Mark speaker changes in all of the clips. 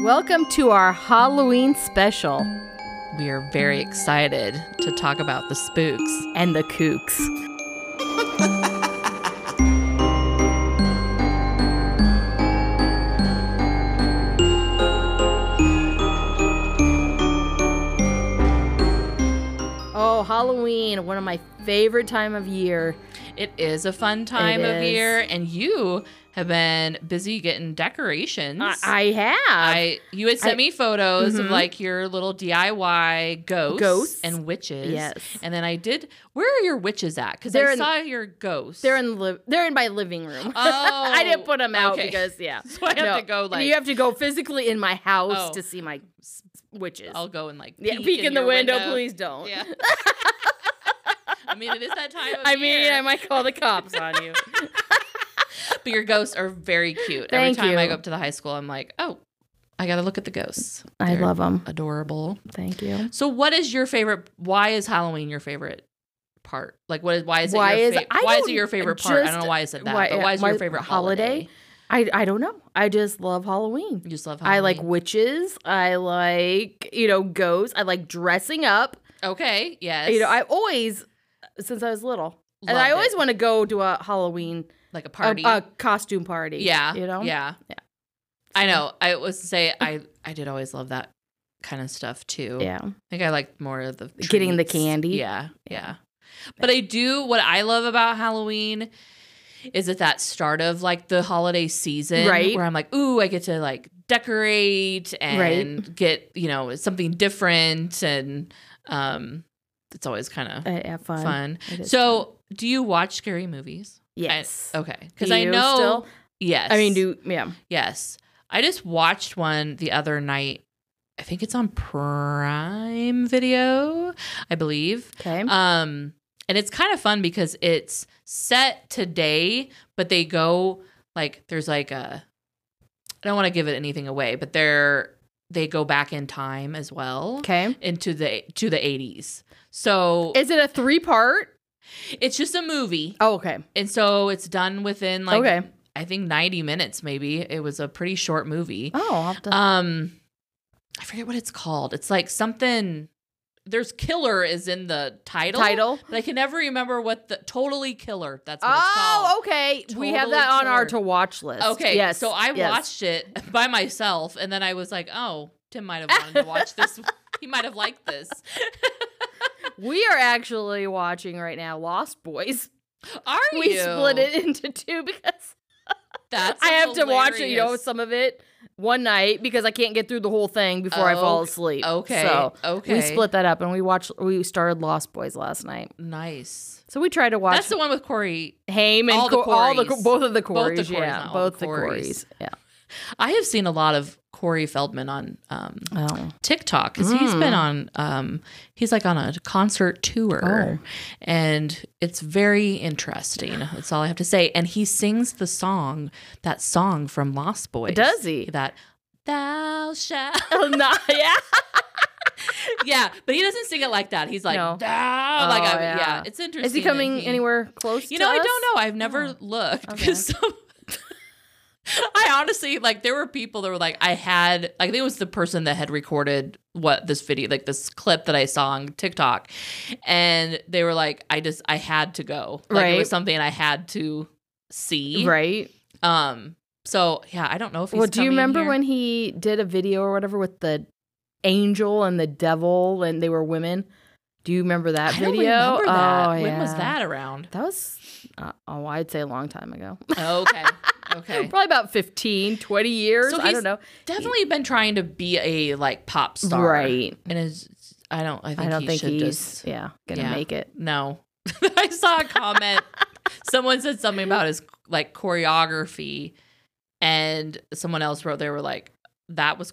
Speaker 1: Welcome to our Halloween special
Speaker 2: We are very excited to talk about the spooks.
Speaker 1: and the kooks. oh, Halloween, one of my favorite time of year.
Speaker 2: It is a fun time of
Speaker 1: is.
Speaker 2: year, and you have been busy getting decorations.
Speaker 1: I, I have.
Speaker 2: I- you had sent
Speaker 1: I-
Speaker 2: me photos
Speaker 1: Mhm.
Speaker 2: of like your little DIY ghosts,
Speaker 1: Ghosts.
Speaker 2: and witches.
Speaker 1: Yes.
Speaker 2: And then I did. Where are your witches at? Because
Speaker 1: They're
Speaker 2: I
Speaker 1: in-
Speaker 2: saw your ghosts.
Speaker 1: they're in li- they're in my living room.
Speaker 2: Oh,
Speaker 1: I didn't put them out
Speaker 2: okay.
Speaker 1: because yeah.
Speaker 2: So I have to go, like-
Speaker 1: you have to go physically in my house
Speaker 2: Oh.
Speaker 1: to see my s- witches.
Speaker 2: I'll go and like
Speaker 1: yeah, peek in, the
Speaker 2: your
Speaker 1: window, please don't.
Speaker 2: Yeah. I mean, it is that time of
Speaker 1: I mean,
Speaker 2: year.
Speaker 1: I might call the cops on you.
Speaker 2: But your ghosts are very cute. Every
Speaker 1: Thank
Speaker 2: time I
Speaker 1: you.
Speaker 2: go up to the high school, I'm like, oh, I got to look at the ghosts.
Speaker 1: I
Speaker 2: They're
Speaker 1: love them.
Speaker 2: Adorable.
Speaker 1: Thank you.
Speaker 2: So, what is your favorite? Why is Halloween your favorite part? Like, what is why is it
Speaker 1: Why
Speaker 2: your
Speaker 1: is-
Speaker 2: fa-
Speaker 1: I
Speaker 2: why is it
Speaker 1: don't-
Speaker 2: your favorite part? I don't
Speaker 1: just-
Speaker 2: know why I said that,
Speaker 1: why-
Speaker 2: but why is it
Speaker 1: why-
Speaker 2: your favorite holiday?
Speaker 1: holiday? I I don't know. I just love Halloween.
Speaker 2: You just love. Halloween.
Speaker 1: I like witches. I like you know ghosts. I like dressing up.
Speaker 2: Okay. Yes.
Speaker 1: You know, I always since I was little, and
Speaker 2: Loved
Speaker 1: I always
Speaker 2: it.
Speaker 1: want to go to a Halloween
Speaker 2: like a
Speaker 1: a-
Speaker 2: party.
Speaker 1: a costume party.
Speaker 2: yeah.
Speaker 1: you know.
Speaker 2: Yeah.
Speaker 1: Yeah.
Speaker 2: I know. I was to say I I did always love that kind of stuff too.
Speaker 1: Yeah.
Speaker 2: I think I liked more of the
Speaker 1: Getting the
Speaker 2: treats.
Speaker 1: candy.
Speaker 2: Yeah, yeah. But I do what I love about Halloween is at that start of like the holiday season,
Speaker 1: Right.
Speaker 2: Where I'm like, ooh, I get to like decorate and get you know something different, and um, it's always kind of
Speaker 1: I have Uh, fun.
Speaker 2: fun.
Speaker 1: It is
Speaker 2: So, do you watch scary movies? I-
Speaker 1: yes.
Speaker 2: okay, because
Speaker 1: Do
Speaker 2: I
Speaker 1: you
Speaker 2: know.
Speaker 1: still?
Speaker 2: Yes,
Speaker 1: I mean, do yeah.
Speaker 2: Yes. I just watched one the other night. I think it's on Prime Video, I believe.
Speaker 1: Okay.
Speaker 2: Um and it's kind of fun because it's set today, but they go like there's like a I don't want to give it anything away, but they're they go back in time as well
Speaker 1: okay.
Speaker 2: into the to the 80s. So
Speaker 1: Is it a three part?
Speaker 2: it's just a movie.
Speaker 1: Oh, okay.
Speaker 2: And so it's done within like
Speaker 1: okay.
Speaker 2: I think 90 minutes maybe. It was a pretty short movie.
Speaker 1: Oh, I'll have to.
Speaker 2: Um, I forget what it's called. It's like something. There's killer is in the title.
Speaker 1: title.
Speaker 2: But I can never remember what the totally killer. That's what it's
Speaker 1: Oh,
Speaker 2: called.
Speaker 1: okay. we have
Speaker 2: Totally
Speaker 1: that on our to
Speaker 2: killer.
Speaker 1: watch list.
Speaker 2: Okay.
Speaker 1: Yes.
Speaker 2: So I
Speaker 1: yes.
Speaker 2: watched it by myself, and then I was like, oh, Tim might have wanted to watch this. he might have liked this.
Speaker 1: We are actually watching right now Lost Boys.
Speaker 2: Are
Speaker 1: We
Speaker 2: you?
Speaker 1: split it into two because
Speaker 2: That's
Speaker 1: I have to watch it, you know,
Speaker 2: hilarious.
Speaker 1: some of it one night because I can't get through the whole thing before I fall
Speaker 2: Ok-
Speaker 1: asleep.
Speaker 2: Okay.
Speaker 1: So
Speaker 2: okay.
Speaker 1: we split that up and we watched, we started Lost Boys last night.
Speaker 2: Nice.
Speaker 1: So we tried to watch
Speaker 2: That's the one with Corey.
Speaker 1: Haim and
Speaker 2: all the
Speaker 1: Co- all the
Speaker 2: Corys.
Speaker 1: both of the
Speaker 2: Both
Speaker 1: Corys.
Speaker 2: the Corys,
Speaker 1: yeah.
Speaker 2: not all the
Speaker 1: Both the
Speaker 2: Corys.
Speaker 1: Corys. Yeah.
Speaker 2: I have seen a lot of Corey Feldman on um,
Speaker 1: Oh.
Speaker 2: TikTok because he's
Speaker 1: Mm.
Speaker 2: been on um he's like on a concert tour
Speaker 1: Oh.
Speaker 2: and it's very interesting. That's all I have to say. And he sings the song, that song from Lost Boys.
Speaker 1: Does he?
Speaker 2: That thou shall
Speaker 1: Oh, no, yeah.
Speaker 2: Yeah, but he doesn't sing it like that. He's like
Speaker 1: No.
Speaker 2: thou like
Speaker 1: Oh,
Speaker 2: I, yeah.
Speaker 1: yeah.
Speaker 2: it's interesting.
Speaker 1: Is he
Speaker 2: that
Speaker 1: coming anywhere close
Speaker 2: You
Speaker 1: to
Speaker 2: know, I
Speaker 1: us?
Speaker 2: don't know. I've never
Speaker 1: Oh.
Speaker 2: looked
Speaker 1: Okay.
Speaker 2: because some- I honestly like there were people that were like I had like I think it was the person that had recorded what this video like this clip that I saw on TikTok and they were like I just I had to go. Like it
Speaker 1: Right.
Speaker 2: was something I had to see.
Speaker 1: Right.
Speaker 2: Um so yeah, I don't know if he's
Speaker 1: Well, do you
Speaker 2: coming
Speaker 1: remember
Speaker 2: here.
Speaker 1: when he did a video or whatever with the angel and the devil and they were women? Do you remember that
Speaker 2: I don't
Speaker 1: video?
Speaker 2: remember that.
Speaker 1: Oh,
Speaker 2: when was
Speaker 1: yeah.
Speaker 2: that around? Oh,
Speaker 1: That was uh, oh, I'd say a long time ago.
Speaker 2: okay. Okay.
Speaker 1: Probably about 15, 20 years.
Speaker 2: So
Speaker 1: I
Speaker 2: he's
Speaker 1: don't know.
Speaker 2: Definitely been trying to be a like pop star.
Speaker 1: Right.
Speaker 2: And is I don't I think
Speaker 1: I don't
Speaker 2: he
Speaker 1: think
Speaker 2: should
Speaker 1: he's
Speaker 2: just
Speaker 1: yeah, gonna
Speaker 2: yeah.
Speaker 1: make it.
Speaker 2: No. I saw a comment. someone said something about his like choreography, and someone else wrote they were like, "That was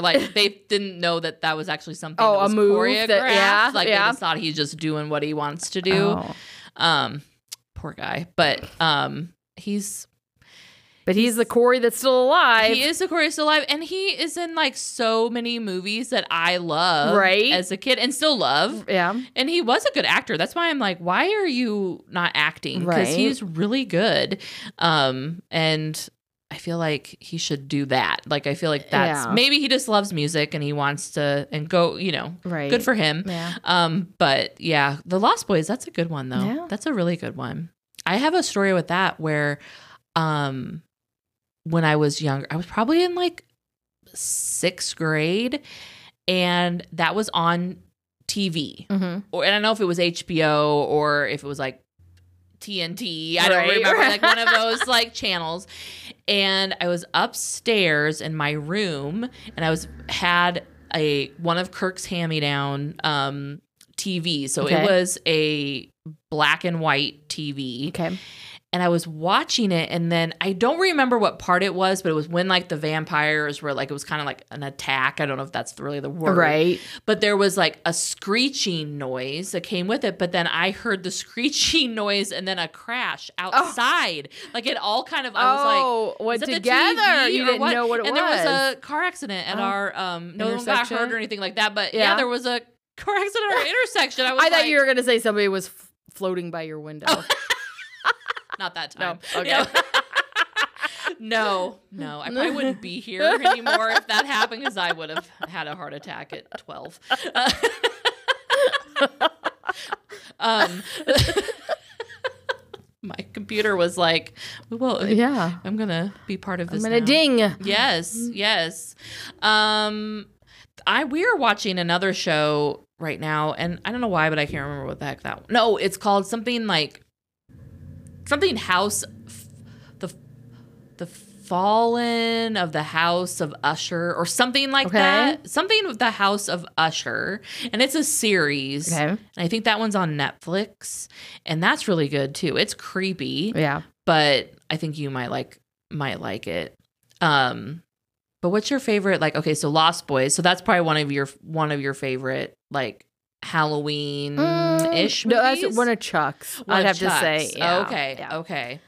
Speaker 2: Like they didn't know that that was actually something.
Speaker 1: Oh,
Speaker 2: that
Speaker 1: a
Speaker 2: was
Speaker 1: move that-
Speaker 2: choreographed.
Speaker 1: yeah,
Speaker 2: Like
Speaker 1: yeah.
Speaker 2: they just thought he's just doing what he wants to do.
Speaker 1: Oh.
Speaker 2: Um, poor guy. But um, he's
Speaker 1: But he's the Corey that's still alive.
Speaker 2: he is the Corey still alive, and he is in like so many movies that I love
Speaker 1: Right.
Speaker 2: as a kid and still love.
Speaker 1: yeah.
Speaker 2: And he was a good actor. That's why I'm like, why are you not acting? Because
Speaker 1: Right.
Speaker 2: he's really good. Um, and I feel like he should do that. Like I feel like that's
Speaker 1: Yeah.
Speaker 2: maybe he just loves music and he wants to and go, you know,
Speaker 1: Right.
Speaker 2: good for him.
Speaker 1: Yeah.
Speaker 2: Um, but yeah, The Lost Boys, that's a good one though.
Speaker 1: Yeah.
Speaker 2: That's a really good one. I have a story with that where um when I was younger, I was probably in like sixth grade, and that was on TV.
Speaker 1: Mm-hmm.
Speaker 2: Or and I don't know if it was HBO or if it was like TNT. I don't
Speaker 1: Right,
Speaker 2: remember.
Speaker 1: right.
Speaker 2: Like one of those like channels. And I was upstairs in my room and I was had a one of Kirk's hand me down um TV. So
Speaker 1: Okay.
Speaker 2: it was a black and white TV
Speaker 1: Okay.
Speaker 2: and I was watching it, and then I don't remember what part it was, but it was when like the vampires were like it was kind of like an attack. I don't know if that's really the word,
Speaker 1: Right.
Speaker 2: But there was like a screeching noise that came with it, but then I heard the screeching noise and then a crash outside. Like it all kind of I was like.
Speaker 1: oh,
Speaker 2: "Is
Speaker 1: went
Speaker 2: that the
Speaker 1: together.
Speaker 2: TV
Speaker 1: you
Speaker 2: or
Speaker 1: didn't know what it
Speaker 2: and
Speaker 1: was.
Speaker 2: there was a car accident at
Speaker 1: Oh.
Speaker 2: our um no one got hurt
Speaker 1: Intersection?
Speaker 2: or anything like that but yeah,
Speaker 1: Yeah.
Speaker 2: there was a car accident at our intersection i
Speaker 1: I
Speaker 2: was
Speaker 1: thought
Speaker 2: like, Oh,
Speaker 1: you were gonna say somebody was f- floating by your window.
Speaker 2: Not that
Speaker 1: No.
Speaker 2: time.
Speaker 1: Okay.
Speaker 2: Yeah. no, no. I probably wouldn't be here anymore if that happened because I would have had a heart attack at 12. Uh, um, my computer was like, well,
Speaker 1: yeah.
Speaker 2: I'm going to be part of
Speaker 1: I'm
Speaker 2: this.
Speaker 1: gonna
Speaker 2: now.
Speaker 1: ding.
Speaker 2: Yes,
Speaker 1: Mm-hmm.
Speaker 2: yes. Um, I we are watching another show right now, and I don't know why, but I can't remember what the heck that. No, it's called something like something house, f- the the fallen of the house of Usher or something like
Speaker 1: Okay.
Speaker 2: that. Something with the house of Usher, and it's a series.
Speaker 1: Okay.
Speaker 2: And I think that one's on Netflix, and that's really good too. It's creepy
Speaker 1: Yeah.
Speaker 2: but I think you might like might like it. Um but what's your favorite like okay, so Lost Boys. So that's probably one of your one of your favorite like Halloween Mm, ish
Speaker 1: Mm, No, that's
Speaker 2: movies?
Speaker 1: one of Chuck's. I'd have to say.
Speaker 2: Chuck's.
Speaker 1: yeah,
Speaker 2: okay. Oh.
Speaker 1: yeah.
Speaker 2: Okay.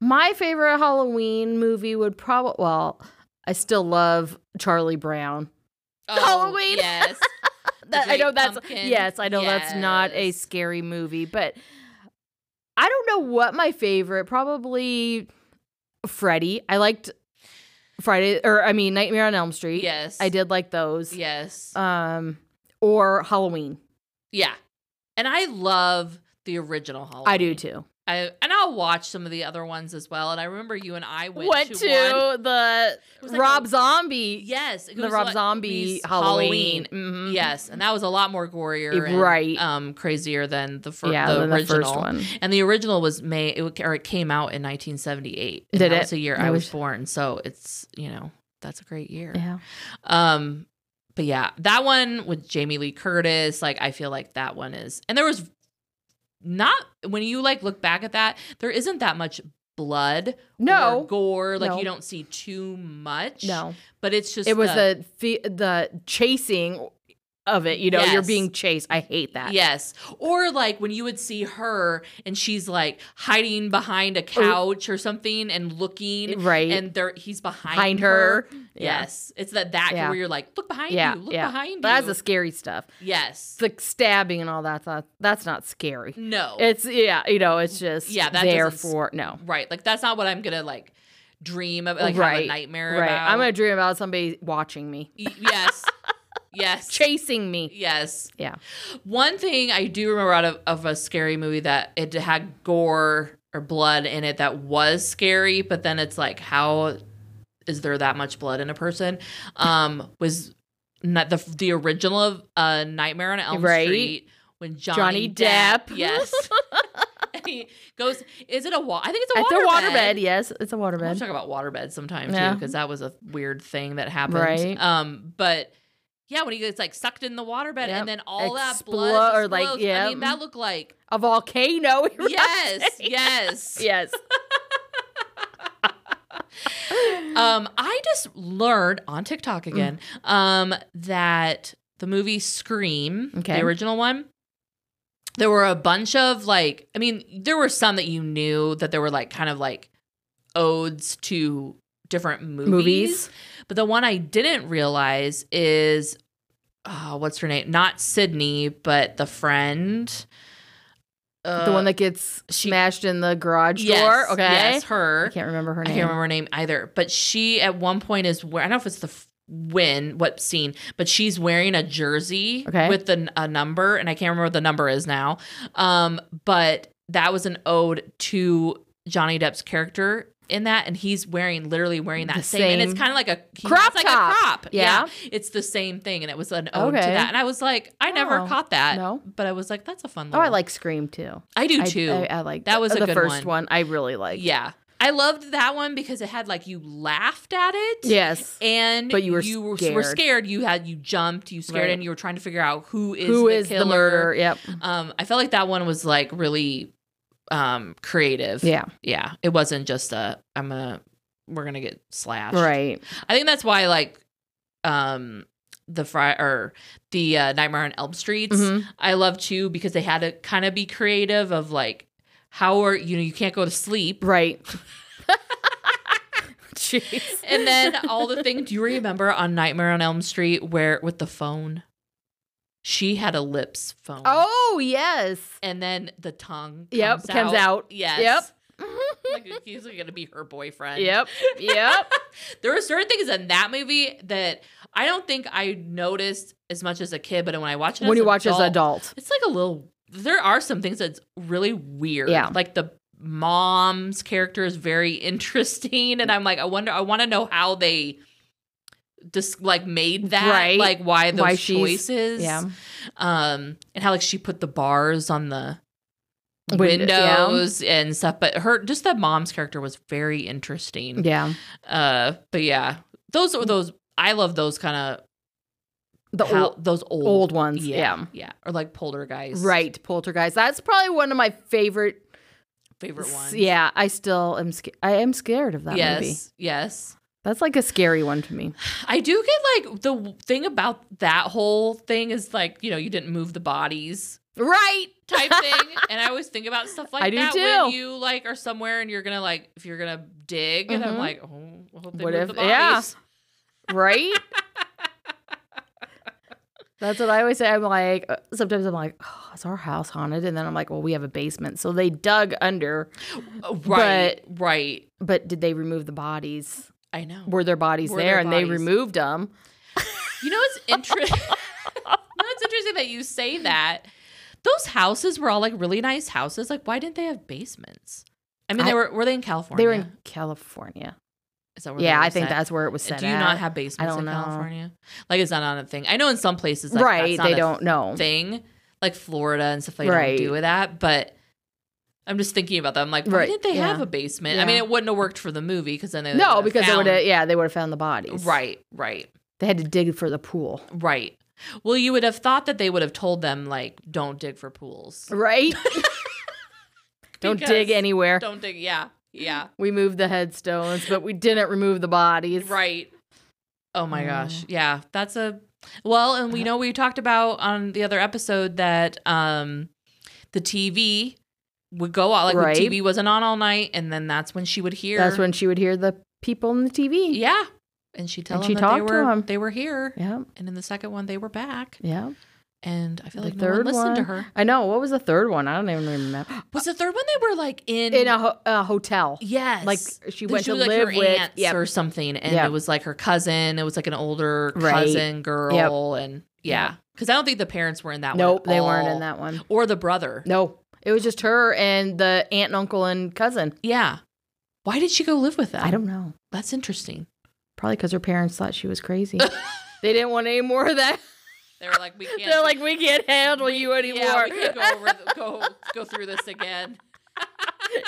Speaker 1: My favorite Halloween movie would probably well, I still love Charlie Brown.
Speaker 2: Oh,
Speaker 1: Halloween.
Speaker 2: Yes. The
Speaker 1: That, I
Speaker 2: Great
Speaker 1: know that's
Speaker 2: Pumpkin.
Speaker 1: yes, I know that's not a
Speaker 2: Yes.
Speaker 1: scary movie, but I don't know what my favorite. Probably Freddy. I liked Friday, or I mean Nightmare on Elm Street.
Speaker 2: Yes.
Speaker 1: I did like those.
Speaker 2: Yes.
Speaker 1: Um, or Halloween.
Speaker 2: yeah. And I love the original Halloween.
Speaker 1: I do too.
Speaker 2: I, and I'll watch some of the other ones as well. And I remember you and I went,
Speaker 1: Went,
Speaker 2: to,
Speaker 1: to,
Speaker 2: one.
Speaker 1: the
Speaker 2: It was like
Speaker 1: Rob
Speaker 2: a-
Speaker 1: Zombie.
Speaker 2: Yes, it
Speaker 1: the
Speaker 2: was
Speaker 1: Rob
Speaker 2: like
Speaker 1: Zombie
Speaker 2: these
Speaker 1: Halloween. Mhm.
Speaker 2: Yes, and that was a lot more gorier,
Speaker 1: Eh,
Speaker 2: and,
Speaker 1: right.
Speaker 2: Um, crazier than the, fir-
Speaker 1: yeah,
Speaker 2: the
Speaker 1: the,
Speaker 2: original.
Speaker 1: first one.
Speaker 2: And the original was May, it, w- or it came out in 1978. and
Speaker 1: Did
Speaker 2: that
Speaker 1: it?
Speaker 2: was a year
Speaker 1: I
Speaker 2: I was
Speaker 1: wish-
Speaker 2: born, so it's you know that's a great year.
Speaker 1: Yeah.
Speaker 2: Um, but yeah, that one with Jamie Lee Curtis, like I feel like that one is, and there was not when you like look back at that, there isn't that much blood or
Speaker 1: No.
Speaker 2: gore, like
Speaker 1: No.
Speaker 2: you don't see too much.
Speaker 1: No.
Speaker 2: but it's just
Speaker 1: It was
Speaker 2: the-
Speaker 1: the the, the chasing of it, you know, you're
Speaker 2: Yes.
Speaker 1: being chased. I hate that.
Speaker 2: Yes. Or like when you would see her and she's like hiding behind a couch or something and looking
Speaker 1: Right.
Speaker 2: and there he's behind,
Speaker 1: Behind her. Yeah.
Speaker 2: Yes. It's that that
Speaker 1: Yeah.
Speaker 2: where you're like, look behind
Speaker 1: Yeah,
Speaker 2: you, look
Speaker 1: yeah.
Speaker 2: behind
Speaker 1: That's
Speaker 2: you.
Speaker 1: the scary stuff.
Speaker 2: yes.
Speaker 1: It's like stabbing and all that. That that's not scary.
Speaker 2: no.
Speaker 1: It's yeah, you know, it's just
Speaker 2: Yeah, that
Speaker 1: there
Speaker 2: doesn't s-
Speaker 1: for no.
Speaker 2: right. Like that's not what I'm gonna like dream of like have a
Speaker 1: Right.
Speaker 2: nightmare
Speaker 1: Right.
Speaker 2: about.
Speaker 1: I'm gonna dream about somebody watching me.
Speaker 2: Y- yes. yes.
Speaker 1: Chasing me.
Speaker 2: Yes.
Speaker 1: Yeah.
Speaker 2: One thing I do remember out of, of a scary movie that it had gore or blood in it that was scary, but then it's like, how is there that much blood in a person? Um, was not the the original of uh, Nightmare on Elm
Speaker 1: Right.
Speaker 2: Street when Johnny,
Speaker 1: Johnny
Speaker 2: Depp,
Speaker 1: Depp.
Speaker 2: yes, And he goes. Is it a wall? I think it's a
Speaker 1: It's
Speaker 2: waterbed.
Speaker 1: a waterbed, yes. It's a
Speaker 2: I want
Speaker 1: waterbed.
Speaker 2: to talk about waterbed sometime
Speaker 1: Yeah.
Speaker 2: too, because that was a weird thing that happened.
Speaker 1: Right.
Speaker 2: Um, but yeah, when he gets like sucked in the
Speaker 1: Yep.
Speaker 2: waterbed and then all that blood
Speaker 1: Explo- or, like,
Speaker 2: explodes. I
Speaker 1: yeah.
Speaker 2: mean, that looked like
Speaker 1: A volcano.
Speaker 2: yes, yes,
Speaker 1: Yes.
Speaker 2: Um, I just learned on TikTok
Speaker 1: Mm.
Speaker 2: again, um, that the movie Scream,
Speaker 1: Okay.
Speaker 2: the original one. There were a bunch of like, I mean, there were some that you knew that there were like kind of like odes to different
Speaker 1: Movies.
Speaker 2: But the one I didn't realize is ah, oh, what's her name? Not Sydney, but the friend. uh,
Speaker 1: the one that gets
Speaker 2: she-
Speaker 1: smashed in the garage
Speaker 2: yes,
Speaker 1: door. Okay.
Speaker 2: yes, her.
Speaker 1: I can't remember her
Speaker 2: I
Speaker 1: name.
Speaker 2: can't remember her name either. But she at one point is where I don't know if it's the f- when what scene, but she's wearing a jersey
Speaker 1: Okay.
Speaker 2: with the, n- a number, and I can't remember what the number is now. Um, but that was an ode to Johnny Depp's character in that, and he's wearing literally wearing that
Speaker 1: The
Speaker 2: same, and it's
Speaker 1: same
Speaker 2: kind of like a he-
Speaker 1: crop
Speaker 2: it's like
Speaker 1: top.
Speaker 2: a crop.
Speaker 1: Yeah.
Speaker 2: it's the same thing, and it was an ode to
Speaker 1: Okay.
Speaker 2: that. And I was like, I never
Speaker 1: Oh,
Speaker 2: caught that,
Speaker 1: no.
Speaker 2: but I was like, that's a fun.
Speaker 1: Oh, I
Speaker 2: little-
Speaker 1: like Scream too.
Speaker 2: I do
Speaker 1: I-
Speaker 2: too.
Speaker 1: I, I, like
Speaker 2: That was a
Speaker 1: the
Speaker 2: good
Speaker 1: first
Speaker 2: one.
Speaker 1: one. I really liked.
Speaker 2: yeah, I loved that one because it had like you laughed at it.
Speaker 1: Yes.
Speaker 2: and
Speaker 1: But you were
Speaker 2: were,
Speaker 1: scared.
Speaker 2: scared. You had you jumped, you scared,
Speaker 1: Right.
Speaker 2: and you were trying to figure out who is
Speaker 1: Who
Speaker 2: the
Speaker 1: is
Speaker 2: killer.
Speaker 1: the murderer? Yep.
Speaker 2: Um, I felt like that one was like really um creative.
Speaker 1: Yeah.
Speaker 2: yeah. It wasn't just a I'm a we're gonna get slashed.
Speaker 1: Right.
Speaker 2: I think that's why like um the fry or the uh, Nightmare on Elm Streets
Speaker 1: Mhm.
Speaker 2: I love too because they had to kind of be creative of like how are you know you can't go to sleep.
Speaker 1: Right. Jeez.
Speaker 2: And then all the things do you remember on Nightmare on Elm Street where with the phone? She had a lips phone.
Speaker 1: Oh yes.
Speaker 2: And then the tongue comes
Speaker 1: Yep.
Speaker 2: out.
Speaker 1: Comes out.
Speaker 2: Yes. Yep. like he's gonna be her boyfriend.
Speaker 1: Yep. Yep.
Speaker 2: There were certain things in that movie that I don't think I noticed as much as a kid, but when I watch it
Speaker 1: when
Speaker 2: as
Speaker 1: you
Speaker 2: an
Speaker 1: watch as
Speaker 2: adult,
Speaker 1: an adult.
Speaker 2: it's like a little there are some things that's really weird
Speaker 1: Yeah.
Speaker 2: like the mom's character is very interesting and i'm like i wonder i want to know how they just like made that
Speaker 1: Right.
Speaker 2: like why those
Speaker 1: Why she's-
Speaker 2: choices
Speaker 1: Yeah.
Speaker 2: um and how like she put the bars on the
Speaker 1: Windows, yeah.
Speaker 2: windows and stuff but her just that mom's character was very interesting
Speaker 1: Yeah.
Speaker 2: uh but yeah those are those i love those kind
Speaker 1: The
Speaker 2: of how,
Speaker 1: old,
Speaker 2: those old
Speaker 1: old ones.
Speaker 2: yeah
Speaker 1: Yeah.
Speaker 2: yeah or like poltergeist
Speaker 1: Right. Poltergeist. That's probably one of my favorite.
Speaker 2: favorite ones
Speaker 1: Yeah. I still am. Sca- I am scared of that
Speaker 2: yes,
Speaker 1: movie.
Speaker 2: Yes.
Speaker 1: That's like a scary one to me.
Speaker 2: I do get like the w- thing about that whole thing is like, you know, you didn't move the bodies
Speaker 1: Right.
Speaker 2: type thing. and I always think about stuff like
Speaker 1: I do
Speaker 2: that when
Speaker 1: too.
Speaker 2: you like are somewhere and you're going to like, if you're going to dig, and I'm
Speaker 1: Mhm.
Speaker 2: like, oh, I hope they
Speaker 1: What
Speaker 2: move
Speaker 1: if-
Speaker 2: the
Speaker 1: yeah.
Speaker 2: bodies.
Speaker 1: Right. That's what I always say. I'm like, uh, sometimes I'm like, oh, is our house haunted? And then I'm like, well, we have a basement. So they dug under,
Speaker 2: Oh, Right. right.
Speaker 1: but did they remove the bodies?
Speaker 2: I know.
Speaker 1: Were their bodies
Speaker 2: Were
Speaker 1: there
Speaker 2: their
Speaker 1: and they
Speaker 2: bodies-
Speaker 1: removed them?
Speaker 2: You know, it's interesting. it's interesting that you say that. Those houses were all like really nice houses. Like, why didn't they have basements? I mean, they
Speaker 1: I-
Speaker 2: were were they in California?
Speaker 1: They were in California.
Speaker 2: Is that where they
Speaker 1: Yeah,
Speaker 2: were
Speaker 1: I think
Speaker 2: set?
Speaker 1: that's where it was set
Speaker 2: Do you not
Speaker 1: at.
Speaker 2: have basements
Speaker 1: don't
Speaker 2: in
Speaker 1: know.
Speaker 2: California? Like, it's not on a thing. I know in some places, like,
Speaker 1: right.
Speaker 2: that's not
Speaker 1: They
Speaker 2: a
Speaker 1: don't know.
Speaker 2: thing, like Florida and stuff. They
Speaker 1: Right.
Speaker 2: don't do that, but. I'm just thinking about that. I'm like, why
Speaker 1: Right,
Speaker 2: didn't they have
Speaker 1: yeah.
Speaker 2: a basement? I
Speaker 1: Yeah.
Speaker 2: mean, it wouldn't have worked for the movie because then they
Speaker 1: no,
Speaker 2: would've
Speaker 1: because they would
Speaker 2: found-
Speaker 1: have, yeah, they would have found the bodies.
Speaker 2: right, right,
Speaker 1: They had to dig for the pool.
Speaker 2: right. Well, you would have thought that they would have told them like, don't dig for pools,
Speaker 1: Right? don't dig
Speaker 2: Because-
Speaker 1: anywhere.
Speaker 2: don't dig. Yeah, yeah,
Speaker 1: We moved the headstones, but we didn't remove the bodies.
Speaker 2: right. Oh my
Speaker 1: Mm.
Speaker 2: gosh, yeah, that's a well, and we know we talked about on the other episode that um the TV would go out like
Speaker 1: Right.
Speaker 2: the TV wasn't on all night, and then that's when she would hear.
Speaker 1: That's when she would hear the people on the TV.
Speaker 2: yeah, and she tell
Speaker 1: And
Speaker 2: them
Speaker 1: she
Speaker 2: that
Speaker 1: talked
Speaker 2: they
Speaker 1: to
Speaker 2: were
Speaker 1: them.
Speaker 2: they were here,
Speaker 1: Yeah.
Speaker 2: and in the second one they were back,
Speaker 1: Yeah.
Speaker 2: and I feel
Speaker 1: The
Speaker 2: like no one
Speaker 1: third
Speaker 2: listened to
Speaker 1: one.
Speaker 2: her.
Speaker 1: I know. What was the third one? I don't even remember.
Speaker 2: Was the third one they were like in
Speaker 1: In a, ho- a hotel.
Speaker 2: yes,
Speaker 1: Like she went to live
Speaker 2: her
Speaker 1: with.
Speaker 2: aunts
Speaker 1: Yeah.
Speaker 2: or something, and
Speaker 1: Yep.
Speaker 2: it was like her cousin. It was like an older
Speaker 1: Right.
Speaker 2: cousin girl, and yeah, because I don't think the parents were in that.
Speaker 1: Nope.
Speaker 2: one at
Speaker 1: They weren't
Speaker 2: all.
Speaker 1: in that one.
Speaker 2: or the brother.
Speaker 1: No. It was just her and the aunt and uncle and cousin.
Speaker 2: Yeah, why did she go live with them?
Speaker 1: I don't know.
Speaker 2: That's interesting.
Speaker 1: Probably because her parents thought she was crazy. they didn't want any more of that.
Speaker 2: They were like, we can't.
Speaker 1: They're like, we can't handle you anymore.
Speaker 2: yeah, we can't go over, the, go go through this again.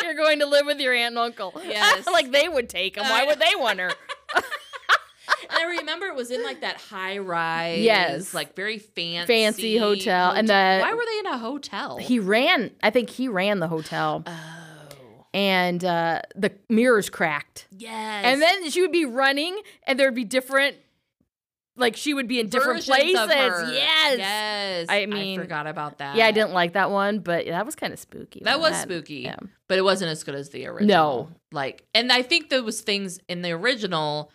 Speaker 1: You're going to live with your aunt and uncle.
Speaker 2: Yes. Uh,
Speaker 1: like they would take him. Why would they want her?
Speaker 2: And I remember it was in like that high rise,
Speaker 1: Yes.
Speaker 2: like very fancy,
Speaker 1: Fancy hotel, and
Speaker 2: hotel.
Speaker 1: the-
Speaker 2: why were they in a hotel?
Speaker 1: He ran. I think he ran the hotel,
Speaker 2: oh,
Speaker 1: and uh, the mirrors cracked.
Speaker 2: yes,
Speaker 1: And then she would be running, and there would be different, like she would be in different
Speaker 2: versions
Speaker 1: places.
Speaker 2: of her.
Speaker 1: Yes.
Speaker 2: yes.
Speaker 1: I mean-
Speaker 2: forgot about that.
Speaker 1: Yeah, I didn't like that one, but that was kind of spooky.
Speaker 2: That
Speaker 1: when
Speaker 2: was spooky,
Speaker 1: yeah.
Speaker 2: but it wasn't as good as the original. Like, and I think there was things in the original